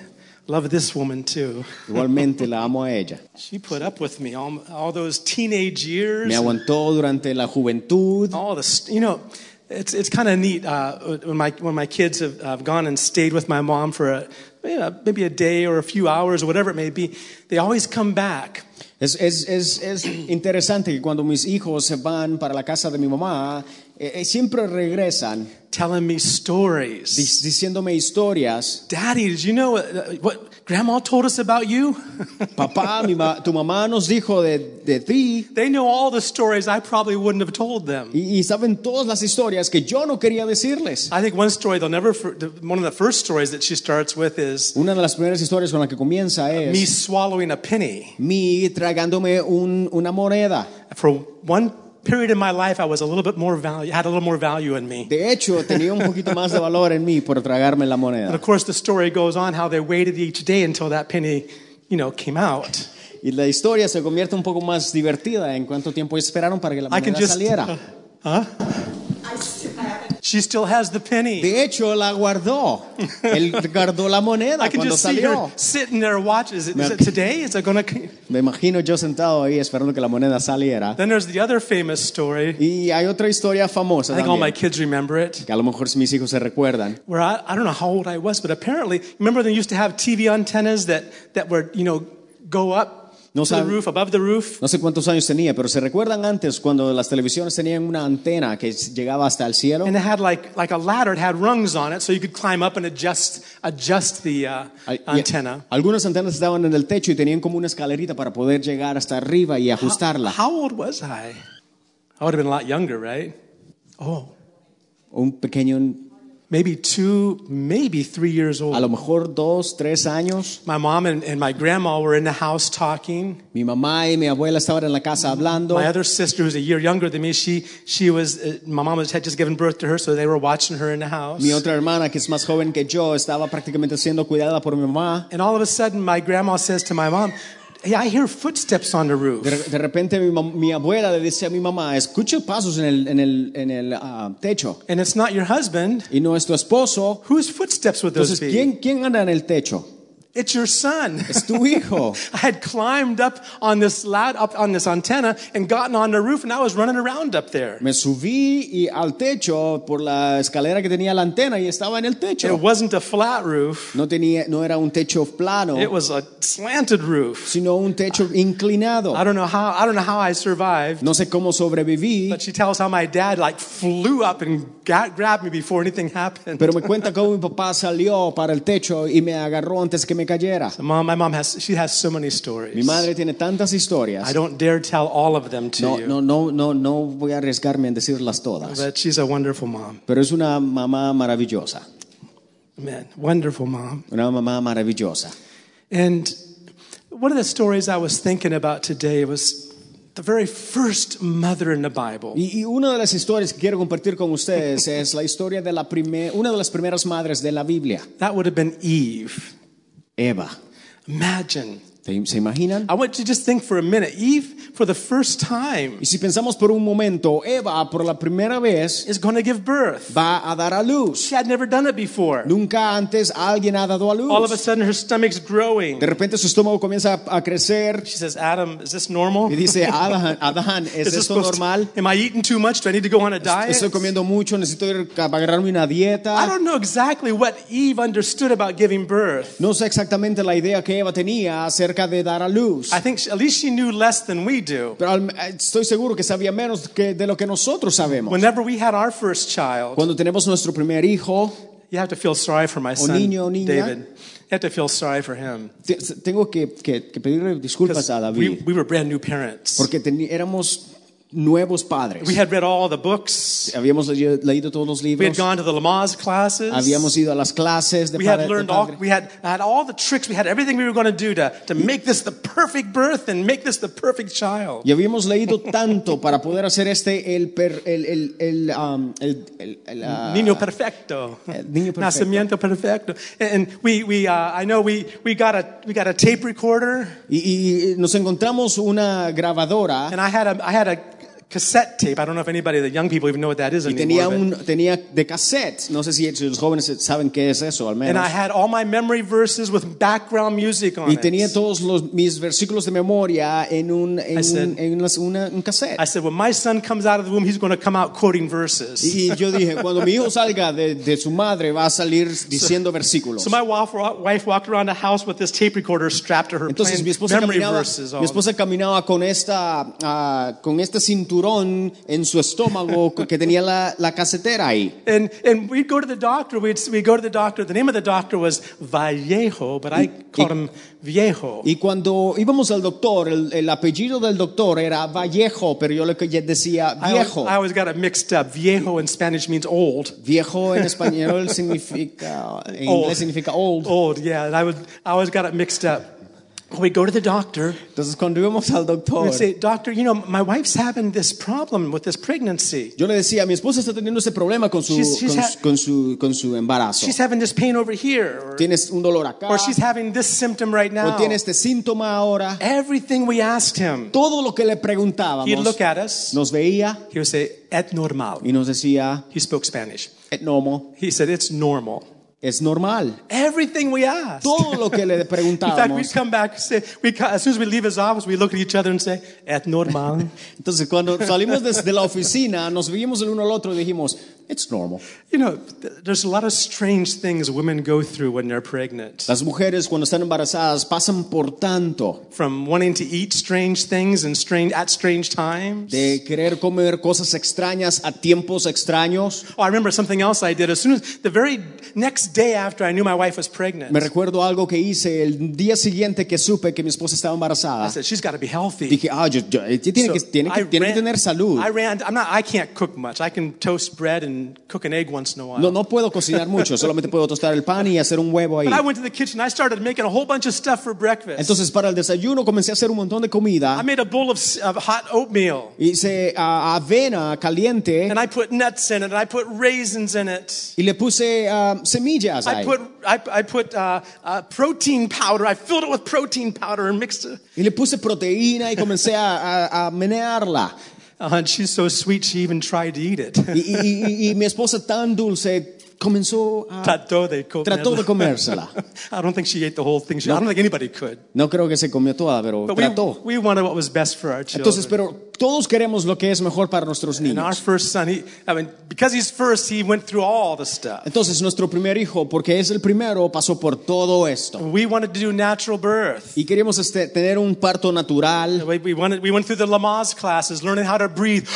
B: love this woman too.
C: Igualmente la amo a ella.
B: She put up with me all, all those teenage years.
C: Me aguantó durante la juventud.
B: all the st- you know it's, it's kind of neat uh, when, my, when my kids have, have gone and stayed with my mom for a, you know, maybe a day or a few hours or whatever it may be they always come back
C: Es, es- es- es interesante que cuando mis hijos se van para la casa de mi mamá, eh, eh, siempre regresan
B: telling me stories.
C: dis- diciéndome historias.
B: Daddy, did you know uh, what grandma told us about you?
C: Papá, mi ma- tu mamá nos dijo de, de ti
B: they know all the stories I probably wouldn't have told them.
C: y, y saben todas las historias que yo no quería decirles.
B: I think one story they'll never, for- the- one of the first stories that she starts with is
C: Una de las primeras historias con la que comienza
B: me
C: es
B: swallowing a penny.
C: mi tragándome un- una moneda.
B: For one period in my life, I was a little bit more value, had a little more value in me.
C: De hecho, tenía un poquito más de valor en mí por tragarme la
B: And of
C: moneda.
B: course, the story goes on how they waited each day until that penny, you know, came out.
C: Y la historia se convierte un poco más divertida en cuánto tiempo esperaron para que la
B: I can
C: moneda
B: just.
C: saliera.
B: huh? She still has the penny.
C: De hecho, la guardó. Él guardó la moneda
B: I can
C: cuando
B: just see her
C: salió.
B: sitting there watching. Is it, is
C: Me-
B: it today? Is it going to?
C: Me imagino yo sentado ahí esperando que la moneda saliera.
B: Then there's the other famous story.
C: Y hay otra historia famosa
B: I think all my
C: también,
B: kids remember it.
C: que a lo mejor mis hijos se recuerdan.
B: Where I, I don't know how old I was, but apparently, remember they used to have TV antennas that that were you know go up
C: No
B: to the
C: sab-
B: roof above the roof.
C: No sé cuántos años tenía, pero se recuerdan antes cuando las televisiones tenían una antena que llegaba hasta el cielo.
B: And it had like like a ladder. It had rungs on it, so you could climb up and adjust adjust the uh,
C: Ay, y-
B: antenna.
C: Algunas antenas estaban en el techo y tenían como una escalerita para poder llegar hasta arriba y ajustarla.
B: How old was I? I would have been a lot younger, right? Oh,
C: Un pequeño,
B: maybe two, maybe three years
C: a
B: old.
C: lo mejor dos, tres años.
B: My mom and, and my grandma were in the house talking.
C: Mi mamá y mi abuela estaban en la casa hablando.
B: My other sister, who's a year younger than me, she she was uh, my mom had just given birth to her, so they were watching her in the house.
C: Mi otra hermana, que es más joven que yo, estaba prácticamente siendo cuidada por mi mamá.
B: And all of a sudden, my grandma says to my mom, "Hey, I hear footsteps on the roof."
C: De, re- de repente mi, mam- mi abuela le dice a mi mamá, escucho pasos en el, en el, en el ah, techo.
B: And it's not your husband.
C: Y no es tu esposo.
B: Whose footsteps would those
C: Entonces,
B: be?
C: ¿quién, ¿quién anda en el techo?
B: It's your son.
C: Es tu hijo.
B: I had climbed up on this loud up on this antenna and gotten on the roof, and I was running around up there.
C: Me subí y al techo por la escalera que tenía la antena y estaba en el
B: It
C: techo.
B: wasn't a flat roof;
C: No, tenía, no era un techo plano,
B: it was a slanted roof.
C: sino un techo inclinado.
B: I don't know how. I don't know how I survived.
C: No sé cómo sobreviví,
B: But she tells how my dad like flew up and got, grabbed me before anything happened.
C: pero me cuenta cómo mi papá salió para el techo y me agarró antes que me cayera.
B: Mom, my mom has she has so many stories.
C: Mi madre tiene tantas
B: I
C: historias.
B: don't dare tell all of them to
C: No,
B: you.
C: no, no, no, no voy a arriesgarme en decirlas todas.
B: But she's a wonderful mom.
C: Pero es una mamá maravillosa,
B: Man, wonderful mom.
C: una mamá maravillosa.
B: And one of the stories I was thinking about today was the very first mother in the Bible.
C: Y, y una de las historias que quiero compartir con ustedes es la historia de la primer, una de las primeras madres de la Biblia,
B: That would have been Eve.
C: Eva.
B: Imagine.
C: ¿Te- ¿Se imaginan?
B: I want you to just think for a minute. Eve, for the first time,
C: Y si pensamos por un momento, Eva por la primera vez
B: is going to give birth.
C: va a dar a luz.
B: She had never done it before.
C: Nunca antes alguien ha dado a
B: All of a
C: luz.
B: sudden, her stomach's growing.
C: De repente su estómago comienza a a crecer
B: She says, Adam, is this normal?
C: y dice, Adán, Adán, ¿es
B: Is this
C: esto
B: supposed-
C: normal?
B: Am I eating too much? Do I need to go on a diet?
C: Estoy comiendo mucho, necesito ir a agarrarme una
B: I
C: dieta.
B: don't know exactly what Eve understood about giving birth.
C: No sé exactamente la idea que Eva tenía acerca de dar a luz.
B: I think she, at least she knew less than we do.
C: Pero al- eh, estoy seguro que sabía menos que de lo que nosotros sabemos.
B: Whenever we had our first child,
C: Cuando tenemos nuestro primer hijo,
B: you have to feel sorry for my son,
C: niño o niña.
B: David. You have to feel sorry for him.
C: te- tengo que, que- que pedirle disculpas a
B: Because we,
C: David,
B: we were brand new parents.
C: porque teni- éramos nuevos padres.
B: We had read all the books.
C: Habíamos leído, leído todos los
B: We had
C: libros,
B: gone to the Lamaze classes.
C: habíamos ido a las clases de,
B: we
C: padre-
B: had
C: de
B: learned all,
C: padre.
B: we had, had all the tricks. We had everything we were going to do to, to make this the perfect birth and make this the perfect child.
C: y habíamos leído tanto para poder hacer este el per- el el el, um, el- el- el, ah,
B: Niño perfecto.
C: Eh, niño perfecto.
B: Nacimiento perfecto. And and we, we uh, I know we, we, got a, we got a tape recorder,
C: y, y nos encontramos una grabadora
B: and I had a, I had a cassette tape. I don't know if anybody, the young people, even know what that is
C: Y
B: anymore.
C: tenía,
B: but-
C: un, tenía de cassette. No sé si los jóvenes saben qué es eso, al
B: and I
C: menos.
B: had all my memory verses with background music on
C: Y
B: it.
C: tenía todos los, mis versículos de memoria en un, en
B: I said-
C: un, en unas- una- un cassette.
B: I said, when my son comes out of the womb, he's going to come out quoting verses.
C: Y yo dije, cuando mi hijo salga de, de su madre, va a salir diciendo versículos.
B: So my wife, wife walked around the house with this tape recorder strapped to her,
C: Entonces
B: playing
C: mi esposa,
B: memory
C: caminaba,
B: verses.
C: mi
B: All
C: esposa caminaba con, esta, ah, con este cinturón en su estómago que tenía la, la casetera ahí.
B: and and we'd go to the doctor. We'd we go to the doctor. The name of the doctor was Vallejo, but I called him Viejo.
C: Y cuando íbamos al doctor, el, el apellido del doctor era Vallejo, pero yo le que- decía
B: I always,
C: viejo.
B: I always got it mixed up. Viejo in Spanish means old.
C: Viejo en español significa, en
B: Old.
C: inglés significa old.
B: Old, yeah. And I would I always got it mixed up. We'd go to the doctor.
C: Entonces cuando íbamos al doctor,
B: We'd say, Doctor, you know, my wife's having this problem with this pregnancy.
C: yo le decía, mi esposa está teniendo ese problema con su,
B: She's- she's
C: con,
B: ha-
C: su- con su, con su embarazo.
B: She's having this pain over here. Or,
C: Tienes un dolor acá,
B: or she's having this symptom right
C: o
B: now.
C: tiene este síntoma ahora.
B: Everything we asked him,
C: Todo lo que le
B: he'd
C: preguntábamos,
B: look at us.
C: nos veía
B: He would say, et normal.
C: y nos decía,
B: He spoke Spanish.
C: "Es normo,
B: He said, it's normal.
C: es normal.
B: Everything we asked.
C: Todo lo que le
B: In fact, we'd
C: preguntábamos.
B: come back, say, we, ca- as soon as we leave his office, we look at each other and say, et normal.
C: Entonces cuando salimos desde la oficina, nos veíamos el uno al otro y dijimos, it's normal.
B: you know, th- there's a lot of strange things women go through when they're pregnant.
C: Las mujeres cuando están embarazadas pasan por tanto
B: From wanting to eat strange things and strange, at strange times.
C: de querer comer cosas extrañas a tiempos extraños.
B: Oh, I remember something else I did. As soon as the very next day after I knew my wife was pregnant,
C: Me recuerdo algo que hice el día siguiente que supe que mi esposa estaba
B: I
C: embarazada.
B: said, she's got to be healthy.
C: Dije, ah, yo- yo- ella tiene,
B: So
C: que, tiene, que,
B: I
C: tiene que
B: ran-
C: tener salud.
B: I ran. I'm not. I can't cook much. I can toast bread and cook an egg once in a while.
C: No, no puedo cocinar mucho, solamente puedo tostar el pan y hacer un huevo ahí.
B: But I went to the kitchen. I started making a whole bunch of stuff for breakfast.
C: Entonces para el desayuno comencé a hacer un montón de
B: I
C: comida.
B: made a bowl of, s- of hot oatmeal,
C: Hice ah, avena caliente
B: and I put nuts in it, and I put raisins in it.
C: y le puse ah, semillas
B: I
C: ahí.
B: put I, I put uh, uh, protein powder. I filled it with protein powder and mixed it.
C: Y le puse proteína y comencé a, a- a menearla.
B: Uh, and she's so sweet. She even tried to eat it.
C: Y, y- y- y mi esposa tan dulce comenzó a...
B: Trató de comerla.
C: Trató de comérsela.
B: I don't think she ate the whole thing. She, I don't think anybody could.
C: No creo que se comió toda, pero
B: But
C: trató.
B: we, we wanted what was best for our children.
C: Entonces, pero todos queremos lo que es mejor para nuestros
B: And our
C: niños.
B: first son, he, I mean, because he's first, he went through all the stuff.
C: Entonces, nuestro primer hijo, porque es el primero, pasó por todo esto.
B: We wanted to do natural birth.
C: Y queríamos este, tener un parto natural.
B: We, we, wanted, we went through the Lamaze classes, learning how to breathe.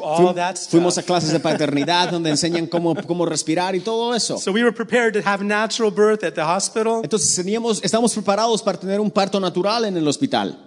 B: All that
C: Fuimos a
B: stuff.
C: clases de paternidad donde enseñan cómo, cómo respirar y todo eso.
B: So we were prepared to have natural birth at the hospital.
C: Entonces, teníamos, estábamos preparados para tener un parto natural en el hospital.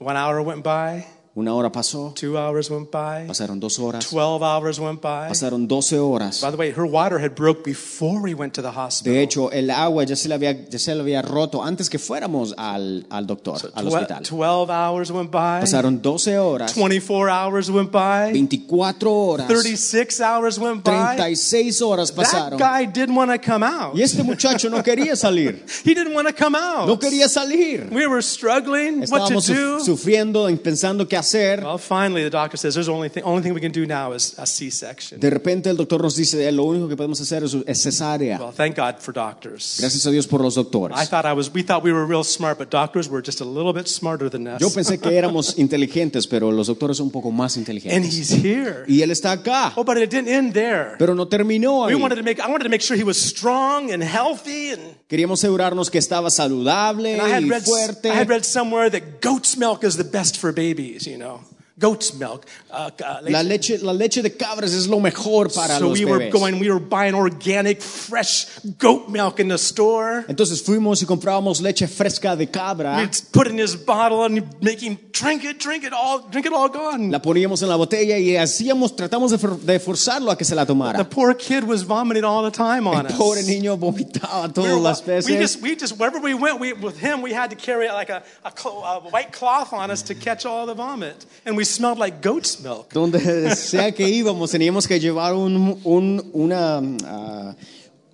B: One hour went by,
C: Una hora pasó,
B: two hours went by,
C: pasaron dos horas,
B: 12 hours went by.
C: pasaron doce horas.
B: By the way, her water had broke before we went to the hospital.
C: De hecho, el agua ya se le había, ya se le había roto antes que fuéramos al, al doctor, al
B: Twe-
C: hospital.
B: 12 hours went by,
C: Pasaron 12 horas,
B: 24 hours went by,
C: 24 horas,
B: 36 hours went by.
C: 36 horas
B: That
C: pasaron.
B: guy didn't want to come out.
C: Y este muchacho no quería salir.
B: He didn't want to come out.
C: No quería salir.
B: We were struggling what to
C: Estábamos
B: do.
C: suf- sufriendo, en- pensando qué hacer.
B: well, finally, the doctor says, "There's only thing, only thing we can do now is a C-section."
C: De repente el doctor nos dice, "Eh, lo único que podemos hacer es, es cesárea.
B: Well, thank God for doctors.
C: Gracias a Dios por los
B: I
C: doctores.
B: thought I was. We thought we were real smart, but doctors were just a little bit smarter than us.
C: Yo pensé que éramos inteligentes, pero los doctores son un poco más
B: and
C: inteligentes.
B: he's here.
C: Y él está acá,
B: Oh, but it didn't end there.
C: pero no terminó
B: We
C: ahí.
B: wanted to make. I wanted to make sure he was strong and healthy. And,
C: Queríamos asegurarnos que estaba saludable
B: and I had
C: y
B: read.
C: fuerte.
B: I had read somewhere that goat's milk is the best for babies. You know, goat's milk. Uh, uh,
C: La leche, la leche de cabras es lo mejor para
B: so
C: los
B: we were
C: bebés.
B: going, we were buying organic, fresh goat milk in the store.
C: Entonces fuimos y comprábamos leche fresca de cabra,
B: We'd put it in his bottle and making drink it, drink it all, drink it all gone.
C: la poníamos en la botella y hacíamos, tratamos de, for- de forzarlo a que se la
B: The
C: tomara.
B: poor kid was vomiting all the time on us.
C: Pobre niño vomitaba
B: We, were-
C: todas las
B: we
C: veces.
B: just, we just, wherever we went, we, with him, we had to carry like a, a, clo- a white cloth on us to catch all the vomit, and we smelled like goat's milk.
C: Donde sea que íbamos teníamos que llevar un, un- una ah,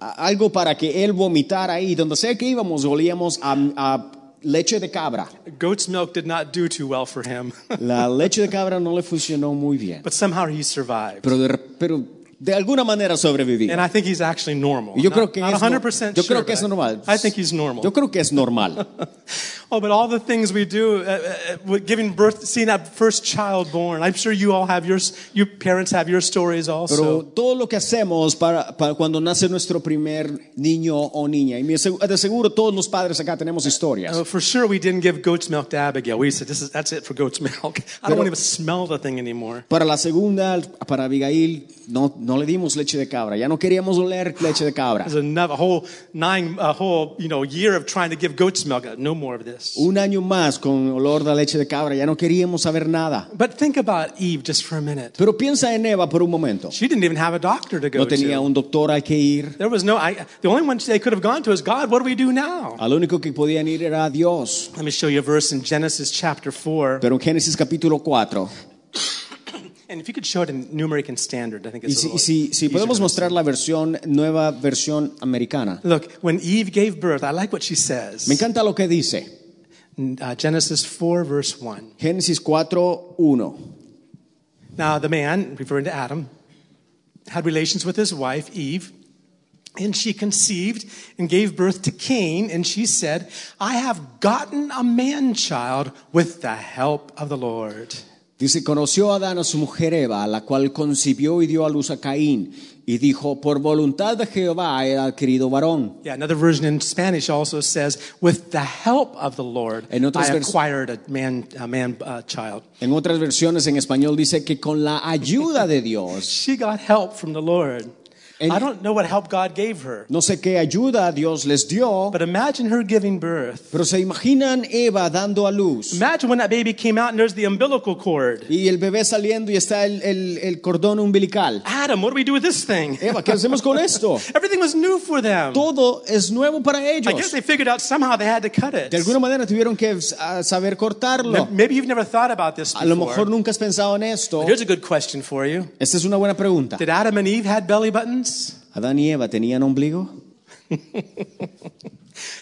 C: a- algo para que él vomitara ahí. Donde sea que íbamos olíamos a, a leche de cabra.
B: Goat's milk did not do too well for him,
C: La leche de cabra no le funcionó muy bien,
B: but somehow he survived.
C: pero de, re- pero de alguna manera sobrevivió.
B: And I think he's actually normal.
C: Y yo
B: Not-
C: creo que,
B: not
C: es, nor-
B: 100%
C: yo
B: sure,
C: creo que
B: but
C: es normal.
B: I think he's normal.
C: Yo creo que es normal.
B: Oh, but all the things we do, uh, uh, with giving birth, seeing that first child born. I'm sure you all have your, your parents have your stories
C: Pero
B: also.
C: todo lo que hacemos para, para cuando nace nuestro primer niño o niña, y me asegu- de seguro todos los padres acá tenemos historias.
B: Uh, for sure, we didn't give goat's milk to Abigail. We said, "This is that's it for goat's milk. I don't
C: Pero-
B: want to even smell the thing anymore."
C: Para la segunda, para Abigail, no, no le dimos leche de cabra, ya no queríamos oler leche de cabra.
B: There's another a whole nine, a whole you know year of trying to give goat's milk. Uh, No more of this.
C: Un año más con olor de leche de cabra, ya no queríamos saber nada.
B: But think about Eve just for a minute.
C: Pero piensa en Eva por un momento.
B: She didn't even have a doctor to go
C: No tenía
B: to.
C: un doctor al que ir.
B: There was no. I, the only one they could have gone to is God. What do we do now?
C: Al único que podían ir era a Dios.
B: Let me show you a verse in Genesis chapter four.
C: Pero en Génesis capítulo 4,
B: And if you could show it in numeric and standard, I think it's
C: y
B: a little
C: si, y si- si
B: easier
C: podemos
B: to
C: mostrar la versión, nueva versión americana.
B: understand. Look, when Eve gave birth, I like what she says.
C: Me encanta lo que dice.
B: In, uh, Genesis 4, verse 1.
C: Génesis 4, 1.
B: Now, the man, referring to Adam, had relations with his wife, Eve, and she conceived and gave birth to Cain, and she said, I have gotten a man child with the help of the Lord.
C: Dice, conoció a Adán a su mujer Eva, la cual concibió y dio a luz a Caín, y dijo, por voluntad de Jehová he adquirido varón.
B: Yeah, another version in Spanish also says, with the help of the Lord,
C: En otras
B: I
C: vers-
B: acquired a man, a man uh, child.
C: En otras versiones en español dice que con la ayuda de Dios.
B: She got help from the Lord.
C: And-
B: I don't know what help God gave her,
C: No sé qué ayuda Dios les dio,
B: but imagine her giving birth.
C: pero se imaginan Eva dando a luz
B: Imagine when that baby came out and there's the umbilical cord.
C: y el bebé saliendo y está el, el- el cordón umbilical.
B: Adam, what do we do with this thing?
C: Eva, ¿qué hacemos con esto?
B: Everything was new for them.
C: Todo es nuevo para
B: I guess
C: ellos.
B: they figured out somehow they had to cut it.
C: De alguna manera tuvieron que ah, saber cortarlo.
B: May- Maybe you've never thought about this
C: A lo mejor
B: before.
C: nunca has pensado en esto.
B: Here's a good question for you.
C: Esta es una buena pregunta.
B: Did Adam and Eve had belly buttons?
C: ¿Adán y Eva tenían ombligo?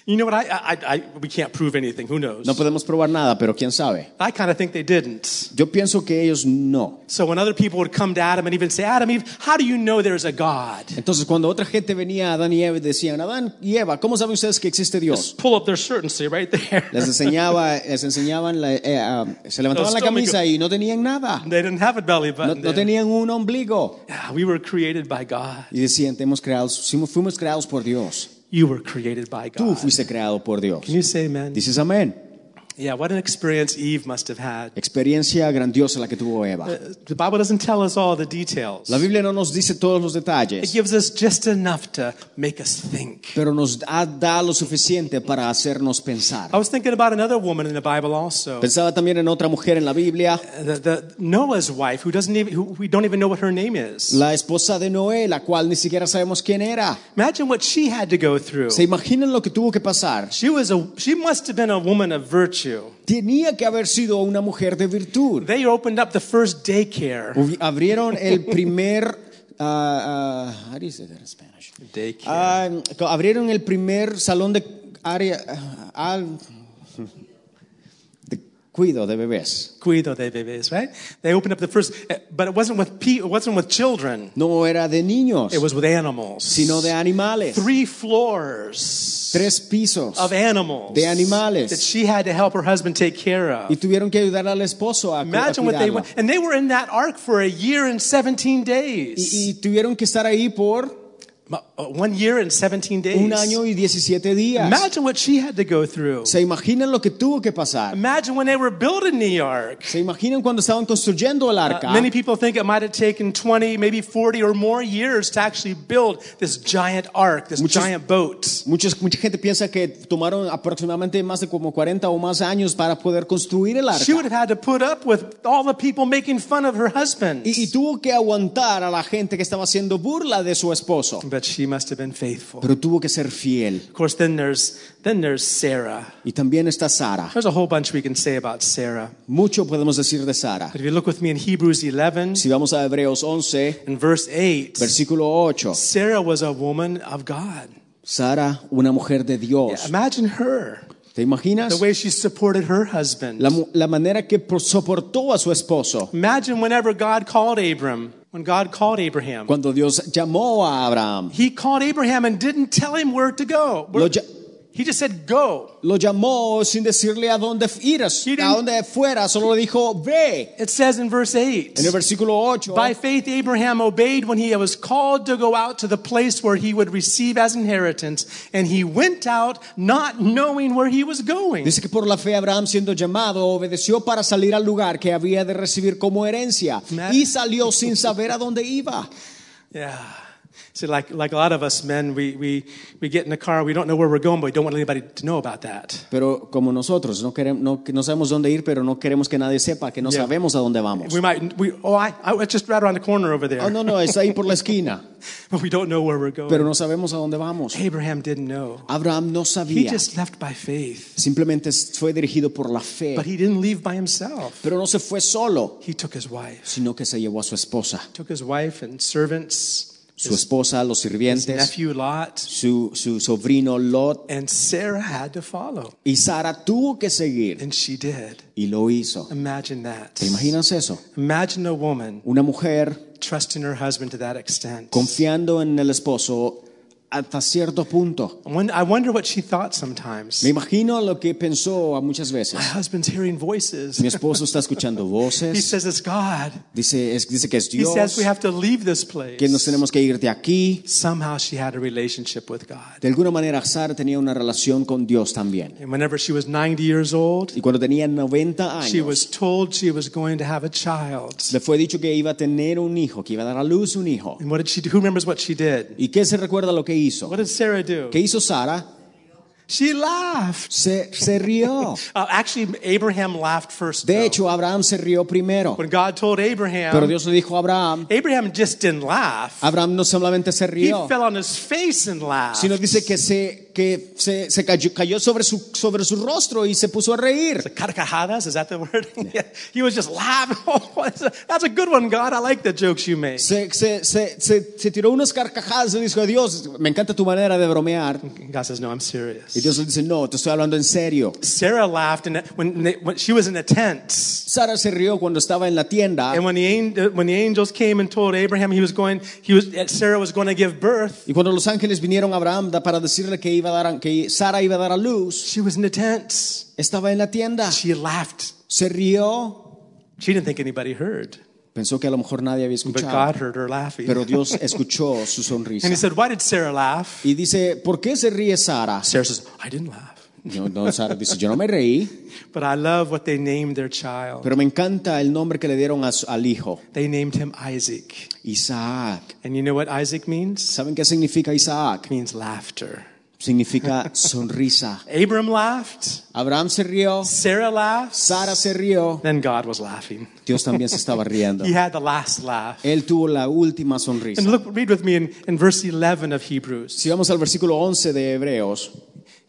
B: You know what? I, I, I we can't prove anything. Who knows?
C: No podemos probar nada, pero quién sabe.
B: I kind of think they didn't.
C: Yo pienso que ellos no.
B: So when other people would come to Adam and even say, Adam, Eve, how do you know there's a God?
C: Entonces, cuando otra gente venía a Adán y Eva y decían, Adán y Eva, ¿cómo saben ustedes que existe Dios?
B: pull up their shirt and say right there.
C: Les enseñaba, les enseñaban, la- eh, ah, se levantaban la camisa y no tenían nada.
B: they didn't have a belly
C: No,
B: button.
C: no
B: then.
C: tenían un ombligo.
B: Yeah, we were created by God.
C: Y decían, "Te hemos creado, fuimos creados por Dios.
B: You were created by God.
C: Tú fuiste creado por Dios.
B: Ah. Can you say amen?
C: Dices amén.
B: Yeah, what an experience Eve must have had. Uh,
C: Experiencia grandiosa la que tuvo Eva.
B: The Bible doesn't tell us all the details.
C: La Biblia no nos dice todos los
B: It
C: detalles,
B: gives us just enough to make us think.
C: pero nos da, da lo suficiente para hacernos pensar.
B: I was thinking about another woman in the Bible also.
C: Pensaba también en otra mujer en la Biblia,
B: The, the Noah's wife, who doesn't even, who we don't even know what her name is.
C: la esposa de Noé, la cual ni siquiera sabemos quién era.
B: Imagine what she had to go through.
C: ¿Se imaginan lo que tuvo que pasar?
B: She was a, she must have been a woman of virtue.
C: Tenía que haber sido una mujer de virtud.
B: They opened up the first daycare.
C: Hubi- Abrieron el primer... ah, ah, how do you say that in Spanish?
B: Daycare.
C: Ah, co- abrieron el primer salón de área... ah, al- de cuido de bebés.
B: Cuido de bebés, right? They opened up the first, eh, but it wasn't with pe- it wasn't with children.
C: No era de niños,
B: It was with animals.
C: sino de animales.
B: Three floors
C: Tres pisos.
B: of animals.
C: De animales.
B: That she had to help her husband take care of.
C: Y tuvieron que ayudar al esposo a, cu- a
B: Imagine what they
C: cuidarla.
B: went, and they were in that ark for a year and 17
C: Y,
B: days.
C: y tuvieron que estar ahí por
B: Ma- uh, One year and 17 days.
C: un año y 17 días.
B: Imagine what she had to go through.
C: ¿Se imaginan lo que tuvo que pasar?
B: Imagine when they were building the ark.
C: ¿Se imaginan cuando estaban construyendo el
B: Uh,
C: arca?
B: Many people think it might have taken 20, maybe 40 or more years to actually build this giant ark, this
C: Muchos-
B: giant boat.
C: Muchas, mucha gente piensa que tomaron aproximadamente más de como 40 o más años para poder construir el
B: She would
C: arca.
B: have had to put up with all the people making fun of her husband.
C: Y, y tuvo que aguantar a la gente que estaba haciendo burla de su esposo.
B: But she must have been faithful.
C: Pero tuvo que ser fiel.
B: Of course, then there's then there's Sarah.
C: Y también está Sara.
B: There's a whole bunch we can say about Sarah.
C: Mucho podemos decir de Sara.
B: But if you look with me in Hebrews 11
C: Si vamos a Hebreos 11,
B: and verse 8,
C: versículo 8.
B: Sarah was a woman of God.
C: Sara, una mujer de Dios.
B: Imagine her.
C: ¿Te imaginas?
B: the way she supported her husband.
C: La, mu- la manera que por- soportó a su esposo.
B: Imagine whenever God called Abram, when God called Abraham,
C: Cuando Dios llamó a Abraham,
B: he called Abraham and didn't tell him where to go.
C: lo, lla-
B: He just said, go.
C: lo llamó sin decirle a dónde iras,
B: He didn't-
C: a dónde fuera, solo le dijo, ve.
B: It says in verse 8.
C: En el versículo 8,
B: By faith, Abraham obeyed when he was called to go out to the place where he would receive as inheritance, and he went out not knowing where he was going.
C: dice que por la fe Abraham siendo llamado obedeció para salir al lugar que había de recibir como herencia
B: Ma-
C: y salió sin saber a dónde iba.
B: Yeah. See, like, like a lot of us men, we, we, we get in the car, we don't know where we're going, but we don't want anybody to know about that.
C: Pero como nosotros, no, queremos, no, no sabemos dónde ir, pero no queremos que nadie sepa que no
B: Yeah.
C: sabemos a dónde vamos.
B: We might, we, oh, I, I, it's just right around the corner over
C: Oh,
B: there,
C: no, no, está ahí por la esquina,
B: but we don't know where we're
C: pero
B: going.
C: no sabemos a dónde vamos.
B: Abraham didn't know.
C: Abraham no
B: He
C: sabía,
B: just left by faith,
C: simplemente fue dirigido por la fe,
B: but he didn't leave by himself.
C: pero no se fue solo,
B: He took his wife,
C: sino que se llevó a su esposa,
B: took his wife and servants,
C: su esposa, los
B: his
C: sirvientes,
B: nephew Lot,
C: su, su sobrino Lot,
B: And Sarah had to follow.
C: y Sara tuvo que seguir
B: And she did.
C: y lo hizo.
B: Imagine that.
C: ¿Te imaginas eso?
B: Imagine a woman
C: Una mujer
B: trusting her husband to that extent.
C: confiando en el esposo hasta cierto punto.
B: I won- I wonder what she thought sometimes.
C: Me imagino lo que pensó a muchas veces.
B: My husband's hearing voices.
C: Mi esposo está escuchando
B: He
C: voces,
B: says it's God.
C: dice, es- dice que es
B: He
C: Dios,
B: says we have to leave this
C: que nos
B: place.
C: tenemos que ir de aquí.
B: Somehow she had a relationship with God.
C: De alguna manera, Sara tenía una relación con Dios también.
B: And whenever she was 90 years old,
C: Y cuando tenía 90
B: she
C: años,
B: was told she was going to have a child.
C: le fue dicho que iba a tener un hijo, que iba a dar a luz un hijo.
B: And what did she do? Who remembers what she did?
C: ¿Y qué se recuerda lo que hizo?
B: What did Sarah do?
C: ¿Qué hizo Sara?
B: She laughed.
C: Se, se rió.
B: Uh, actually, Abraham laughed first.
C: De
B: though.
C: hecho, Abraham se rió primero.
B: When God told Abraham,
C: Pero Dios Ah, le dijo a Abraham,
B: Abraham just didn't laugh.
C: Abraham no solamente se
B: He
C: rió,
B: fell on his face and laughed.
C: sino dice que se, que se, se cayó, cayó sobre, su, sobre su rostro y se puso a reír.
B: The carcajadas, is that the word? Yeah. He was just laughing. Oh, that's, a, that's a good one, God. I like the jokes you make.
C: Se, se, se, se, se tiró unas carcajadas y dijo, Dios, me encanta tu manera de bromear.
B: God says, No, I'm
C: Y
B: serious.
C: Dios le dice, no, te estoy hablando en serio.
B: Sarah laughed and when, they- when she was in a tent.
C: Sara se rió cuando estaba en la tienda
B: And when the, an- when the angels came and told Abraham he was going, he was, that Sarah was going to give birth,
C: y cuando los ángeles vinieron a Abraham da- para decirle que, iba a dar, a- que Sara iba a dar a luz,
B: she was in a tent.
C: estaba en la tienda,
B: She laughed.
C: se rió,
B: She didn't think anybody heard,
C: pensó que a lo mejor nadie había
B: but
C: escuchado,
B: God heard her laughing.
C: pero Dios escuchó su sonrisa.
B: And he said, Why did Sarah laugh?
C: Y dice, ¿por qué se ríe Sara?
B: Sarah says, I didn't laugh.
C: No, no, Sara dice, yo no me reí,
B: But I love what they named their child.
C: pero me encanta el nombre que le dieron a su- al hijo,
B: They named him Isaac.
C: Isaac.
B: And you know what Isaac means?
C: ¿Saben qué significa Isaac?
B: It means laughter.
C: Significa sonrisa.
B: Abram laughed,
C: Abraham se rió,
B: Sarah laughed,
C: Sara se rió,
B: then God was laughing.
C: Dios también se estaba riendo.
B: He had the last laugh.
C: Él tuvo la última
B: And
C: sonrisa.
B: look, read with me in, in verse 11 of Hebrews.
C: Si vamos al versículo 11 de Hebreos,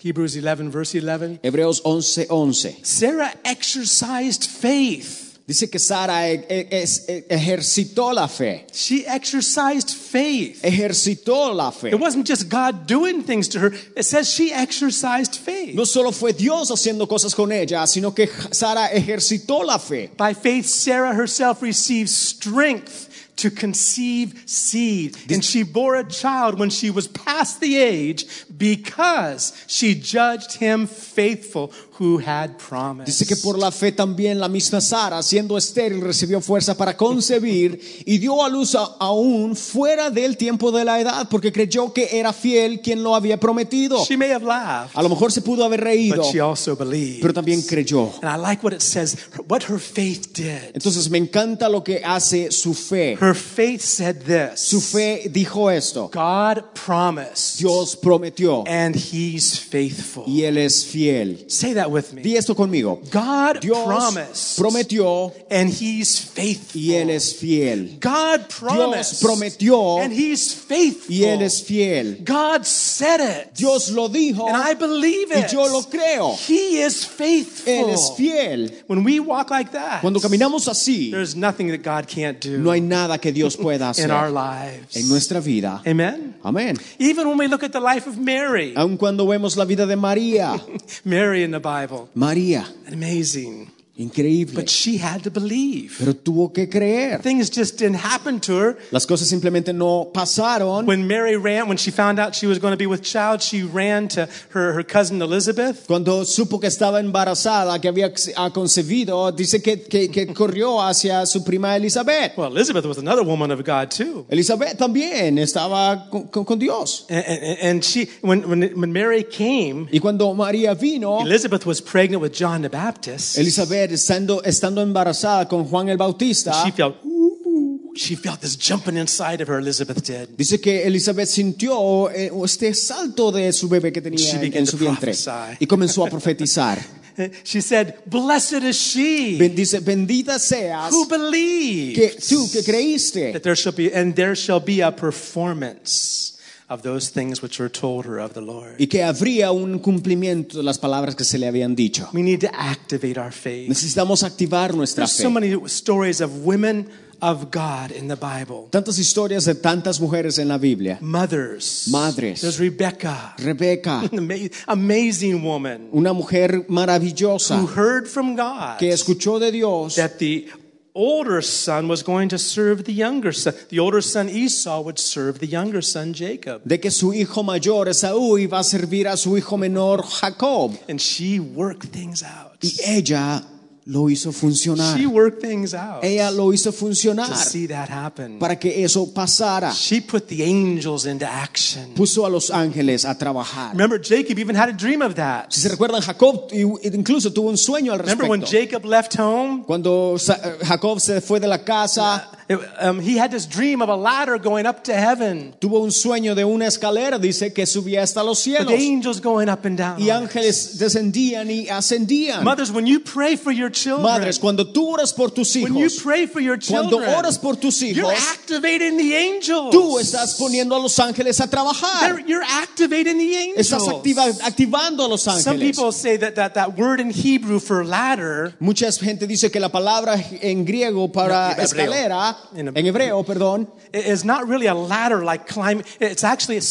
B: Hebrews 11, verse 11.
C: Hebreos 11:11,
B: Sarah exercised faith.
C: dice que Sara e- e- es- e- ejercitó la fe,
B: She exercised faith.
C: ejercitó la fe.
B: It wasn't just God doing things to her, it says she exercised faith.
C: No solo fue Dios haciendo cosas con ella, sino que Sara ejercitó la fe.
B: By faith, Sarah herself received strength to conceive seed. And she bore a child when she was past the age because she judged him faithful who had promised.
C: Dice que por la fe también la misma Sara, siendo estéril, recibió fuerza para concebir y dio a luz a- aún fuera del tiempo de la edad, porque creyó que era fiel quien lo había prometido.
B: She may have laughed,
C: A lo mejor se pudo haber reído,
B: but she also believed.
C: pero también creyó.
B: And I like what it says, what her faith did.
C: Entonces me encanta lo que hace su fe.
B: Her faith said
C: Su
B: this
C: fe dijo esto,
B: God promised,
C: Dios prometió
B: and he's faithful.
C: y Él es fiel.
B: Say that with me.
C: Di esto conmigo.
B: God
C: Dios
B: promised.
C: prometió
B: and he's faithful.
C: y Él es fiel.
B: God promised.
C: prometió.
B: and he's faithful.
C: Y Él es fiel.
B: God said it.
C: Dios lo dijo
B: and I believe
C: y
B: it.
C: yo lo creo.
B: He is faithful.
C: Él es fiel.
B: When we walk like that,
C: Cuando caminamos así,
B: there's nothing that God can't do
C: no hay nada que Dios pueda
B: in our
C: hacer
B: lives.
C: en nuestra vida. Ah.
B: Amen.
C: Amén.
B: Even when we look at the life of Mary.
C: Aun cuando vemos la vida de María,
B: Mary in the Bible.
C: María,
B: Amazing.
C: increíble,
B: But she had to believe.
C: pero tuvo que creer.
B: Things just didn't happen to her.
C: Las cosas simplemente no pasaron.
B: When Mary ran, when she found out she was going to be with child, she ran to her, her cousin Elizabeth.
C: Cuando supo que estaba embarazada, que había ha concebido, dice que, que- que corrió hacia su prima Elizabeth.
B: Well, Elizabeth was another woman of God, too.
C: Elizabeth también estaba con, con- con Dios.
B: And, and, and she, when, when, when Mary came,
C: Y cuando María vino,
B: Elizabeth was pregnant with John the Baptist.
C: Elizabeth estando, estando embarazada con Juan el Bautista,
B: She felt, ooh, she felt this jumping inside of her, Elizabeth did.
C: dice que Elizabeth sintió eh, este salto de su bebé que tenía
B: She
C: en,
B: began
C: en su
B: to
C: vientre
B: prophesy.
C: y comenzó a profetizar.
B: Eh, She said, Blessed is she
C: Bendice, bendita seas
B: who
C: que
B: believes
C: tú que creíste.
B: that there shall be, and there shall be a performance of those things which were told her of the Lord.
C: y que habría un cumplimiento de las palabras que se le habían dicho.
B: We need to activate our faith.
C: Necesitamos activar nuestra
B: There's
C: fe.
B: so many stories of women of God in the Bible.
C: Tantas historias de tantas mujeres en la Biblia.
B: Mothers.
C: Madres.
B: There's Rebecca,
C: Rebeca,
B: an ama- amazing woman
C: una mujer maravillosa
B: who heard from God.
C: que escuchó de Dios
B: that the older son was going to serve the younger son. The older son Esau would serve the younger son Jacob.
C: de que su hijo mayor Esaú iba a servir a su hijo menor Jacob
B: And she worked things out.
C: y ella lo hizo funcionar.
B: She worked things out
C: Ella lo hizo
B: to
C: funcionar
B: see that happen.
C: para que eso pasara.
B: She put the angels into action.
C: Puso a los ángeles a trabajar.
B: Remember, Jacob even had a dream of that.
C: Si se recuerdan, Jacob incluso tuvo un sueño al
B: Remember when
C: respecto.
B: Jacob left home?
C: Cuando Sa- eh, Jacob se fue de la casa,
B: It- um, he had this dream of a ladder going up to heaven
C: tuvo un sueño de una escalera, dice que subía hasta los
B: with
C: cielos.
B: angels going up and down.
C: Y ángeles descendían y ascendían.
B: Mothers, when you pray for your children,
C: Madres, cuando tú oras por tus
B: when you
C: hijos,
B: pray for your
C: cuando
B: children,
C: oras por tus
B: You're
C: hijos,
B: activating the angels.
C: tú estás poniendo a los ángeles a
B: They're-
C: trabajar.
B: you're activating the angels.
C: Estás activa- activando a los
B: Some
C: ángeles.
B: people say that, that that word in Hebrew for ladder
C: Mucha gente dice que la palabra en griego para
B: No, en hebreo.
C: escalera,
B: En-
C: en hebreo, perdón,
B: i- is not really a ladder like climbing. It's actually a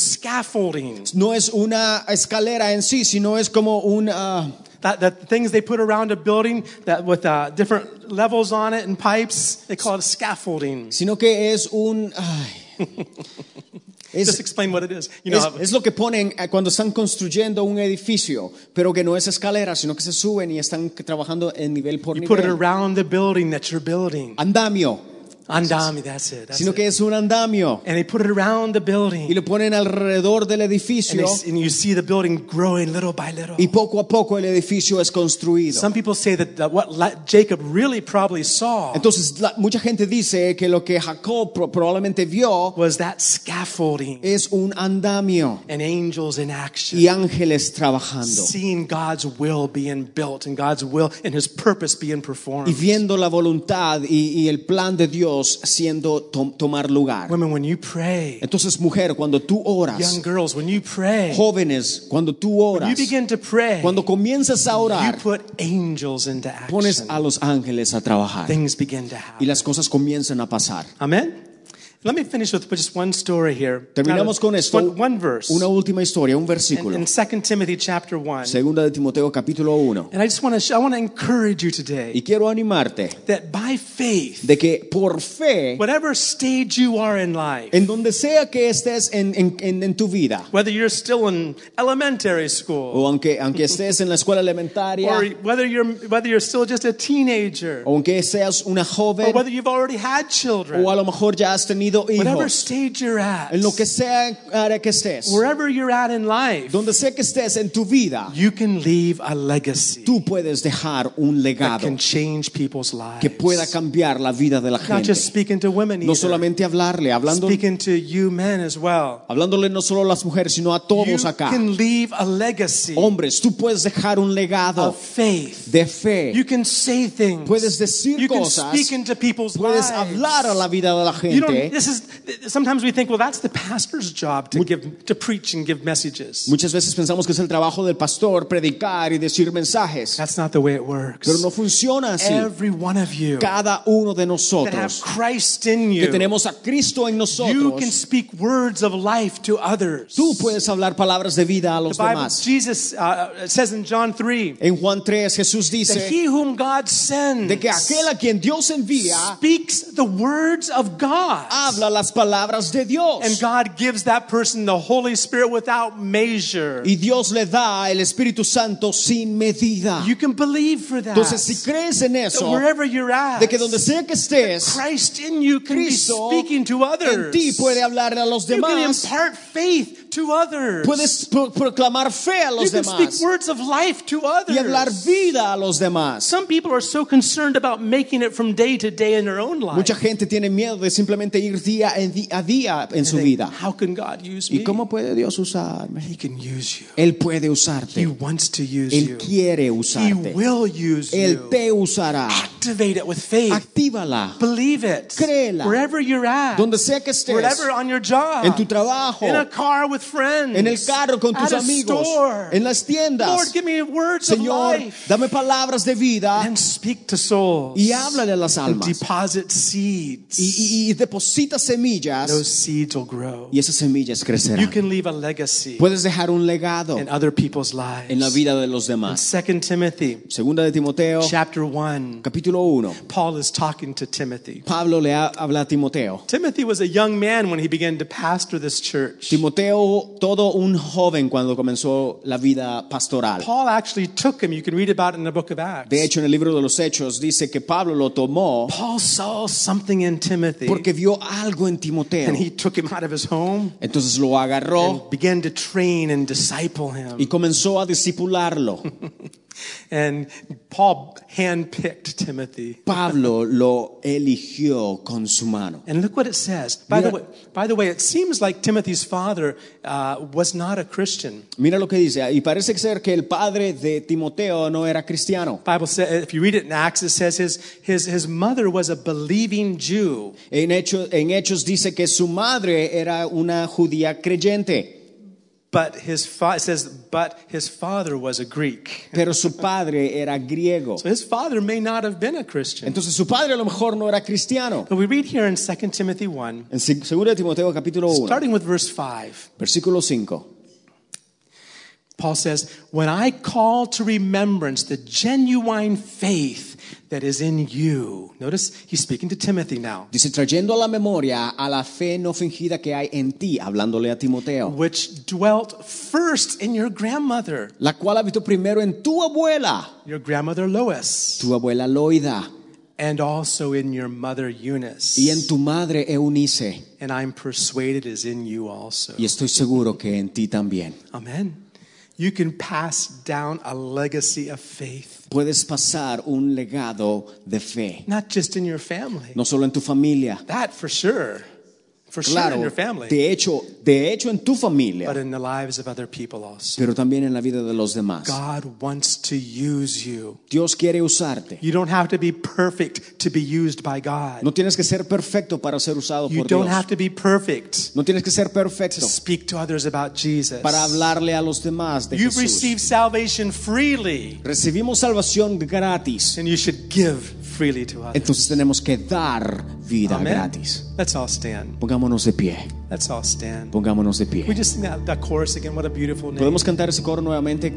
B: scaffolding.
C: no es una escalera en sí, sino es como ah, una...
B: That, that the things they put around a building that with uh, different levels on it and pipes, they call it a scaffolding.
C: sino que es un... ay.
B: Just
C: es,
B: explain what it is. You know,
C: es,
B: how-
C: es lo que ponen eh, cuando están construyendo un edificio, pero que no es escalera, sino que se suben y están trabajando en nivel por
B: you put it
C: nivel.
B: around the building that you're building.
C: Andamio,
B: Andami, that's it. that's
C: sino
B: it.
C: que es un andamio.
B: And they put it around the building.
C: Y lo ponen alrededor del
B: and,
C: edificio
B: they s- and you see the building growing little by little.
C: y poco a poco el edificio es construido.
B: Some people say that, that what La- Jacob really probably saw
C: Entonces, la- mucha gente dice que lo que Jacob pro- probablemente vio
B: was that scaffolding
C: es un andamio
B: and angels in action.
C: Eh, y ángeles trabajando
B: Seeing God's will being built and God's will and his purpose being performed.
C: y viendo la voluntad y, y el plan de Dios siendo tom- tomar lugar.
B: Women, when you pray,
C: Entonces, mujer, cuando tú oras,
B: young girls, when you pray,
C: jóvenes, cuando tú
B: you
C: oras,
B: begin to pray,
C: cuando comienzas a
B: you
C: orar,
B: put angels into
C: pones
B: action.
C: a los ángeles a trabajar
B: Things begin to
C: y
B: happen.
C: las cosas comienzan a pasar.
B: Amen? Let me finish with just one story here.
C: Terminamos con esto.
B: One, one verse.
C: Una última historia, un
B: in,
C: versículo.
B: in 2 Timothy chapter 1.
C: Segunda de Timoteo capítulo 1.
B: And I just want to I want to encourage you today
C: Y quiero animarte
B: that by faith,
C: de que por fe,
B: whatever stage you are in life,
C: en donde sea que estés en, en- en- en tu vida,
B: whether you're still in elementary school
C: o aunque, aunque estés en la escuela elementaria,
B: or whether you're whether you're still just a teenager
C: o aunque seas una
B: or
C: joven,
B: whether you've already had
C: o a
B: children,
C: lo mejor ya has tenido
B: whatever
C: hijos,
B: stage you're at,
C: en lo que sea área que estés,
B: wherever you're at in life,
C: donde sea que estés en tu vida,
B: you can leave a legacy
C: tú puedes dejar un
B: that
C: legado
B: can change people's lives.
C: que pueda cambiar la vida de la
B: Not
C: gente.
B: just speaking to women
C: No
B: either,
C: solamente hablarle, hablando,
B: speaking to you men as well.
C: hablándole no solo a las mujeres, sino a
B: You
C: todos acá.
B: can leave a legacy
C: Hombres, tú puedes dejar un legado
B: of faith.
C: de fe.
B: You can say things.
C: Puedes decir
B: you can
C: cosas.
B: speak into people's lives.
C: Puedes hablar a la vida de la
B: You don't,
C: gente.
B: this this is sometimes we think, well, that's the pastor's job to give to preach and give messages.
C: Muchas veces pensamos que es el trabajo del pastor predicar y decir mensajes,
B: That's not the way it works.
C: pero no funciona así.
B: Every one of you
C: Cada uno de
B: that have
C: nosotros
B: Christ in
C: que
B: you,
C: tenemos a Cristo en
B: you can
C: nosotros,
B: speak words of life to others.
C: tú puedes hablar palabras de vida a
B: The
C: los
B: Bible,
C: demás.
B: Jesus uh, says in John 3
C: En Juan 3 Jesús
B: that
C: dice
B: he whom God sends
C: de que aquel a quien Dios envía
B: speaks the words of God.
C: habla las palabras de Dios.
B: And God gives that person the Holy Spirit without measure.
C: Y Dios le da el Espíritu Santo sin medida.
B: You can believe for that.
C: Entonces, si crees en
B: That
C: eso,
B: wherever you're at,
C: de que donde sea que estés,
B: Christ in you can
C: Cristo
B: be speaking to
C: en
B: others.
C: ti puede hablarle a los
B: you can
C: demás,
B: impart faith to others.
C: puedes pro- proclamar fe a
B: you
C: los
B: can
C: demás
B: speak words of life to others.
C: y hablar vida a los demás.
B: Some people are so concerned about making it from day to day in their own life.
C: Mucha gente tiene miedo de simplemente ir día en di- a día en su
B: They
C: vida.
B: How can God use me?
C: ¿Y cómo puede Dios usarme?
B: He can use you.
C: Él puede
B: He
C: usarte.
B: wants to use
C: Él
B: you.
C: quiere
B: He
C: usarte.
B: will use
C: Él
B: you.
C: te usará.
B: Activate it with faith.
C: Actívala.
B: Believe it.
C: Créela.
B: Wherever you're at.
C: Donde sea que estés,
B: Wherever on your job.
C: en tu trabajo,
B: In a car with friends.
C: en el carro con tus
B: at a
C: amigos,
B: store.
C: en las
B: Lord,
C: tiendas.
B: give me words
C: Señor,
B: of life.
C: dame palabras de vida
B: And speak to souls.
C: y háblale a las
B: And
C: almas.
B: deposit seeds.
C: Y, y- y deposita
B: Those
C: semillas
B: seeds will grow.
C: y esas semillas
B: You
C: crecerán.
B: can leave a legacy
C: Puedes dejar un legado
B: in other people's lives.
C: en la vida de los
B: In
C: demás.
B: 2 Timothy
C: Segunda de Timoteo,
B: chapter 1,
C: capítulo 1.
B: Paul is talking to Timothy.
C: Pablo le ha- habla a Timoteo.
B: Timothy was a young man when he began to pastor this church.
C: Timoteo, todo un joven cuando comenzó la vida pastoral.
B: Paul actually took him. You can read about it in the book of Acts.
C: De hecho, en el libro de los Hechos dice que Pablo lo tomó
B: Paul saw something in Timothy
C: porque vio algo en Timoteo.
B: and he took him out of his home
C: Entonces lo agarró
B: and began to train and disciple him.
C: y comenzó a discipularlo.
B: And Paul handpicked Timothy.
C: Pablo lo eligió con su mano.
B: And look what it says. By the
C: Mira-
B: way, by the way, it seems like Timothy's father uh, was not a Christian.
C: Mira lo que dice, "Ah, y parece ser que el padre de Timoteo no era cristiano.
B: Bible says, if you read it in Acts, it says his his his mother was a believing Jew.
C: En, hecho- en Hechos dice que su madre era una judía creyente,
B: But his fa- it says, but his father was a Greek.
C: pero su padre era griego.
B: So his father may not have been a Christian.
C: Entonces su padre a lo mejor no era cristiano.
B: But we read here in 2 Timothy 1,
C: En 2 de Timoteo capítulo 1,
B: starting with verse 5,
C: versículo 5.
B: Paul says, When I call to remembrance the genuine faith that is in you. Notice he's speaking to Timothy now,
C: Dice, trayendo a la memoria a la fe no fingida que hay en ti, hablándole a Timoteo,
B: which dwelt first in your grandmother,
C: la cual habitó primero en tu abuela,
B: your grandmother Lois,
C: tu abuela Loida,
B: and also in your mother Eunice.
C: y en tu madre Eunice,
B: and I'm persuaded is in you also.
C: y estoy seguro que en ti también.
B: Amen. You can pass down a legacy of faith,
C: Puedes pasar un legado de fe,
B: not just in your family.
C: no solo en tu familia,
B: That for sure. For sure in
C: claro,
B: your family,
C: de hecho, de hecho en tu
B: but
C: familia,
B: in the lives of other people also.
C: pero también en la vida de los demás.
B: God wants to use you.
C: Dios quiere usarte.
B: You don't have to be perfect to be used by God.
C: No tienes que ser perfecto para ser usado
B: You
C: por
B: don't
C: Dios.
B: have to be perfect
C: No tienes que ser
B: to
C: perfecto
B: speak to others about Jesus.
C: para hablarle a los demás de
B: You've
C: Jesús.
B: received salvation freely,
C: Recibimos salvación gratis.
B: and you should give freely to others.
C: Entonces tenemos que dar vida gratis.
B: Let's all stand.
C: Pongámonos de pie.
B: Let's all stand.
C: Pongámonos de
B: We
C: pie.
B: just sing that, that chorus again. What a beautiful name.
C: Podemos cantar ese coro nuevamente.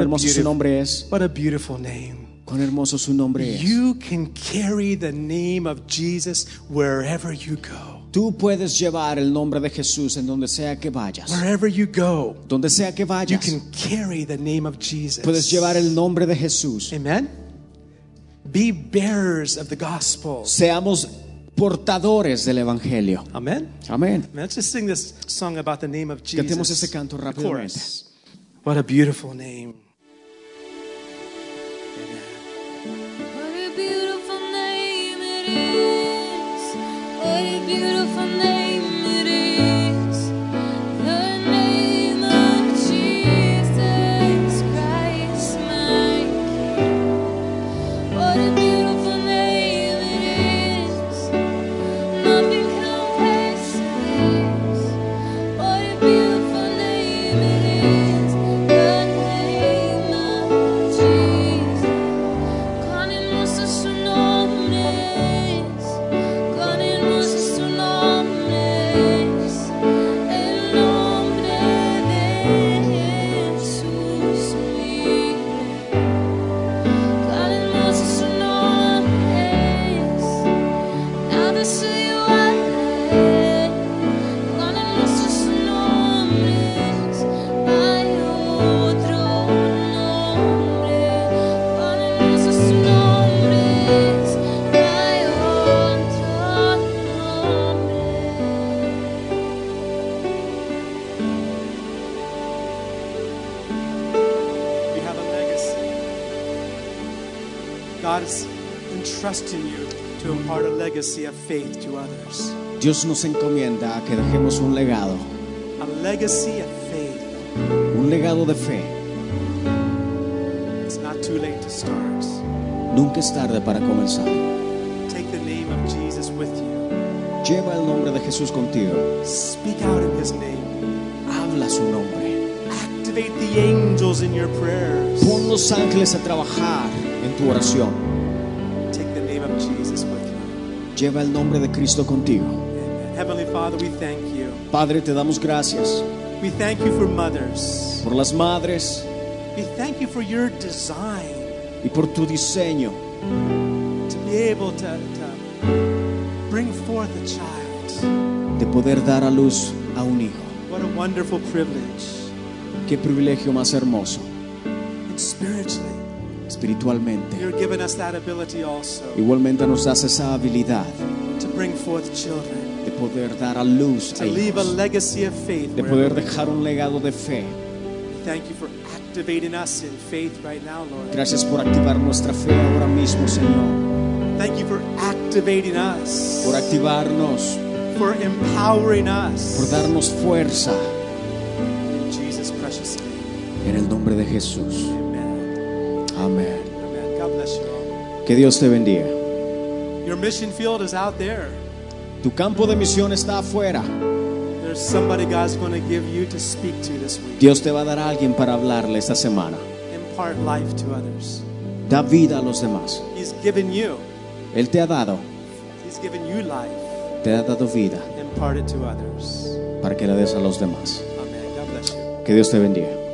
B: What a
C: hermoso su
B: beautiful-
C: nombre es.
B: What a beautiful name.
C: Cuán hermoso su nombre es.
B: You can carry the name of Jesus wherever you go.
C: Tú puedes llevar el nombre de Jesús en donde sea que vayas.
B: Wherever you go,
C: Donde sea que
B: you
C: vayas.
B: can carry the name of Jesus.
C: Puedes llevar el nombre de Jesús.
B: Amen. Be bearers of the gospel.
C: Seamos portadores del Evangelio.
B: Amen.
C: Amén.
B: Let's just sing this song about the name of Jesus.
C: Cantemos ese canto
B: The
C: rápidamente.
B: chorus. What a beautiful name.
E: What a beautiful name it is. What a beautiful name it is. The name of Jesus Christ, my King. What a beautiful name it is. Nothing compares.
B: has entrusted you to impart a legacy of faith to others.
C: Dios nos encomienda a que dejemos un legado,
B: A legacy of faith.
C: un legado de fe.
B: It's not too late to start.
C: Nunca es tarde para comenzar.
B: Take the name of Jesus with you.
C: Lleva el nombre de Jesús contigo.
B: Speak out in his name.
C: Habla su nombre.
B: Activate the angels in your prayers.
C: Pon los ángeles a trabajar en tu oración.
B: Take the name of Jesus with you.
C: Lleva el nombre de Cristo contigo.
B: Amen. Heavenly Father, we thank you.
C: Padre, te damos gracias
B: We thank you for mothers.
C: por las madres
B: We thank you for your design
C: y por tu diseño
B: to be able to, to bring forth a child.
C: de poder dar a luz a un hijo.
B: What a wonderful privilege.
C: Qué privilegio más hermoso,
B: And spiritually,
C: espiritualmente.
B: you're giving us that ability also
C: Igualmente nos das esa habilidad
B: to bring forth children,
C: de poder dar a luz
B: to
C: a
B: leave a
C: hijos,
B: legacy of faith.
C: de
B: wherever
C: poder
B: we
C: dejar un legado de fe.
B: go. Thank you for activating us in faith right now, Lord.
C: Gracias por activar nuestra fe ahora mismo, Señor,
B: Thank you for activating us,
C: por activarnos,
B: for empowering
C: por
B: us.
C: darnos fuerza.
B: In Jesus' precious name,
C: En el nombre de Jesús.
B: amen.
C: Amén.
B: Amen. God bless you all.
C: Que Dios te bendiga.
B: Your mission field is out there.
C: Tu campo de misión está afuera.
B: There's somebody God's going to give you to speak to this week.
C: Dios te va a dar a alguien para hablarle esta semana.
B: Impart life to others.
C: Da vida a los demás.
B: He's given you.
C: Él te ha dado,
B: He's given you life.
C: te ha dado vida
B: Impart it to others.
C: para que la des a los demás.
B: Amen. God bless you.
C: Que Dios te bendiga.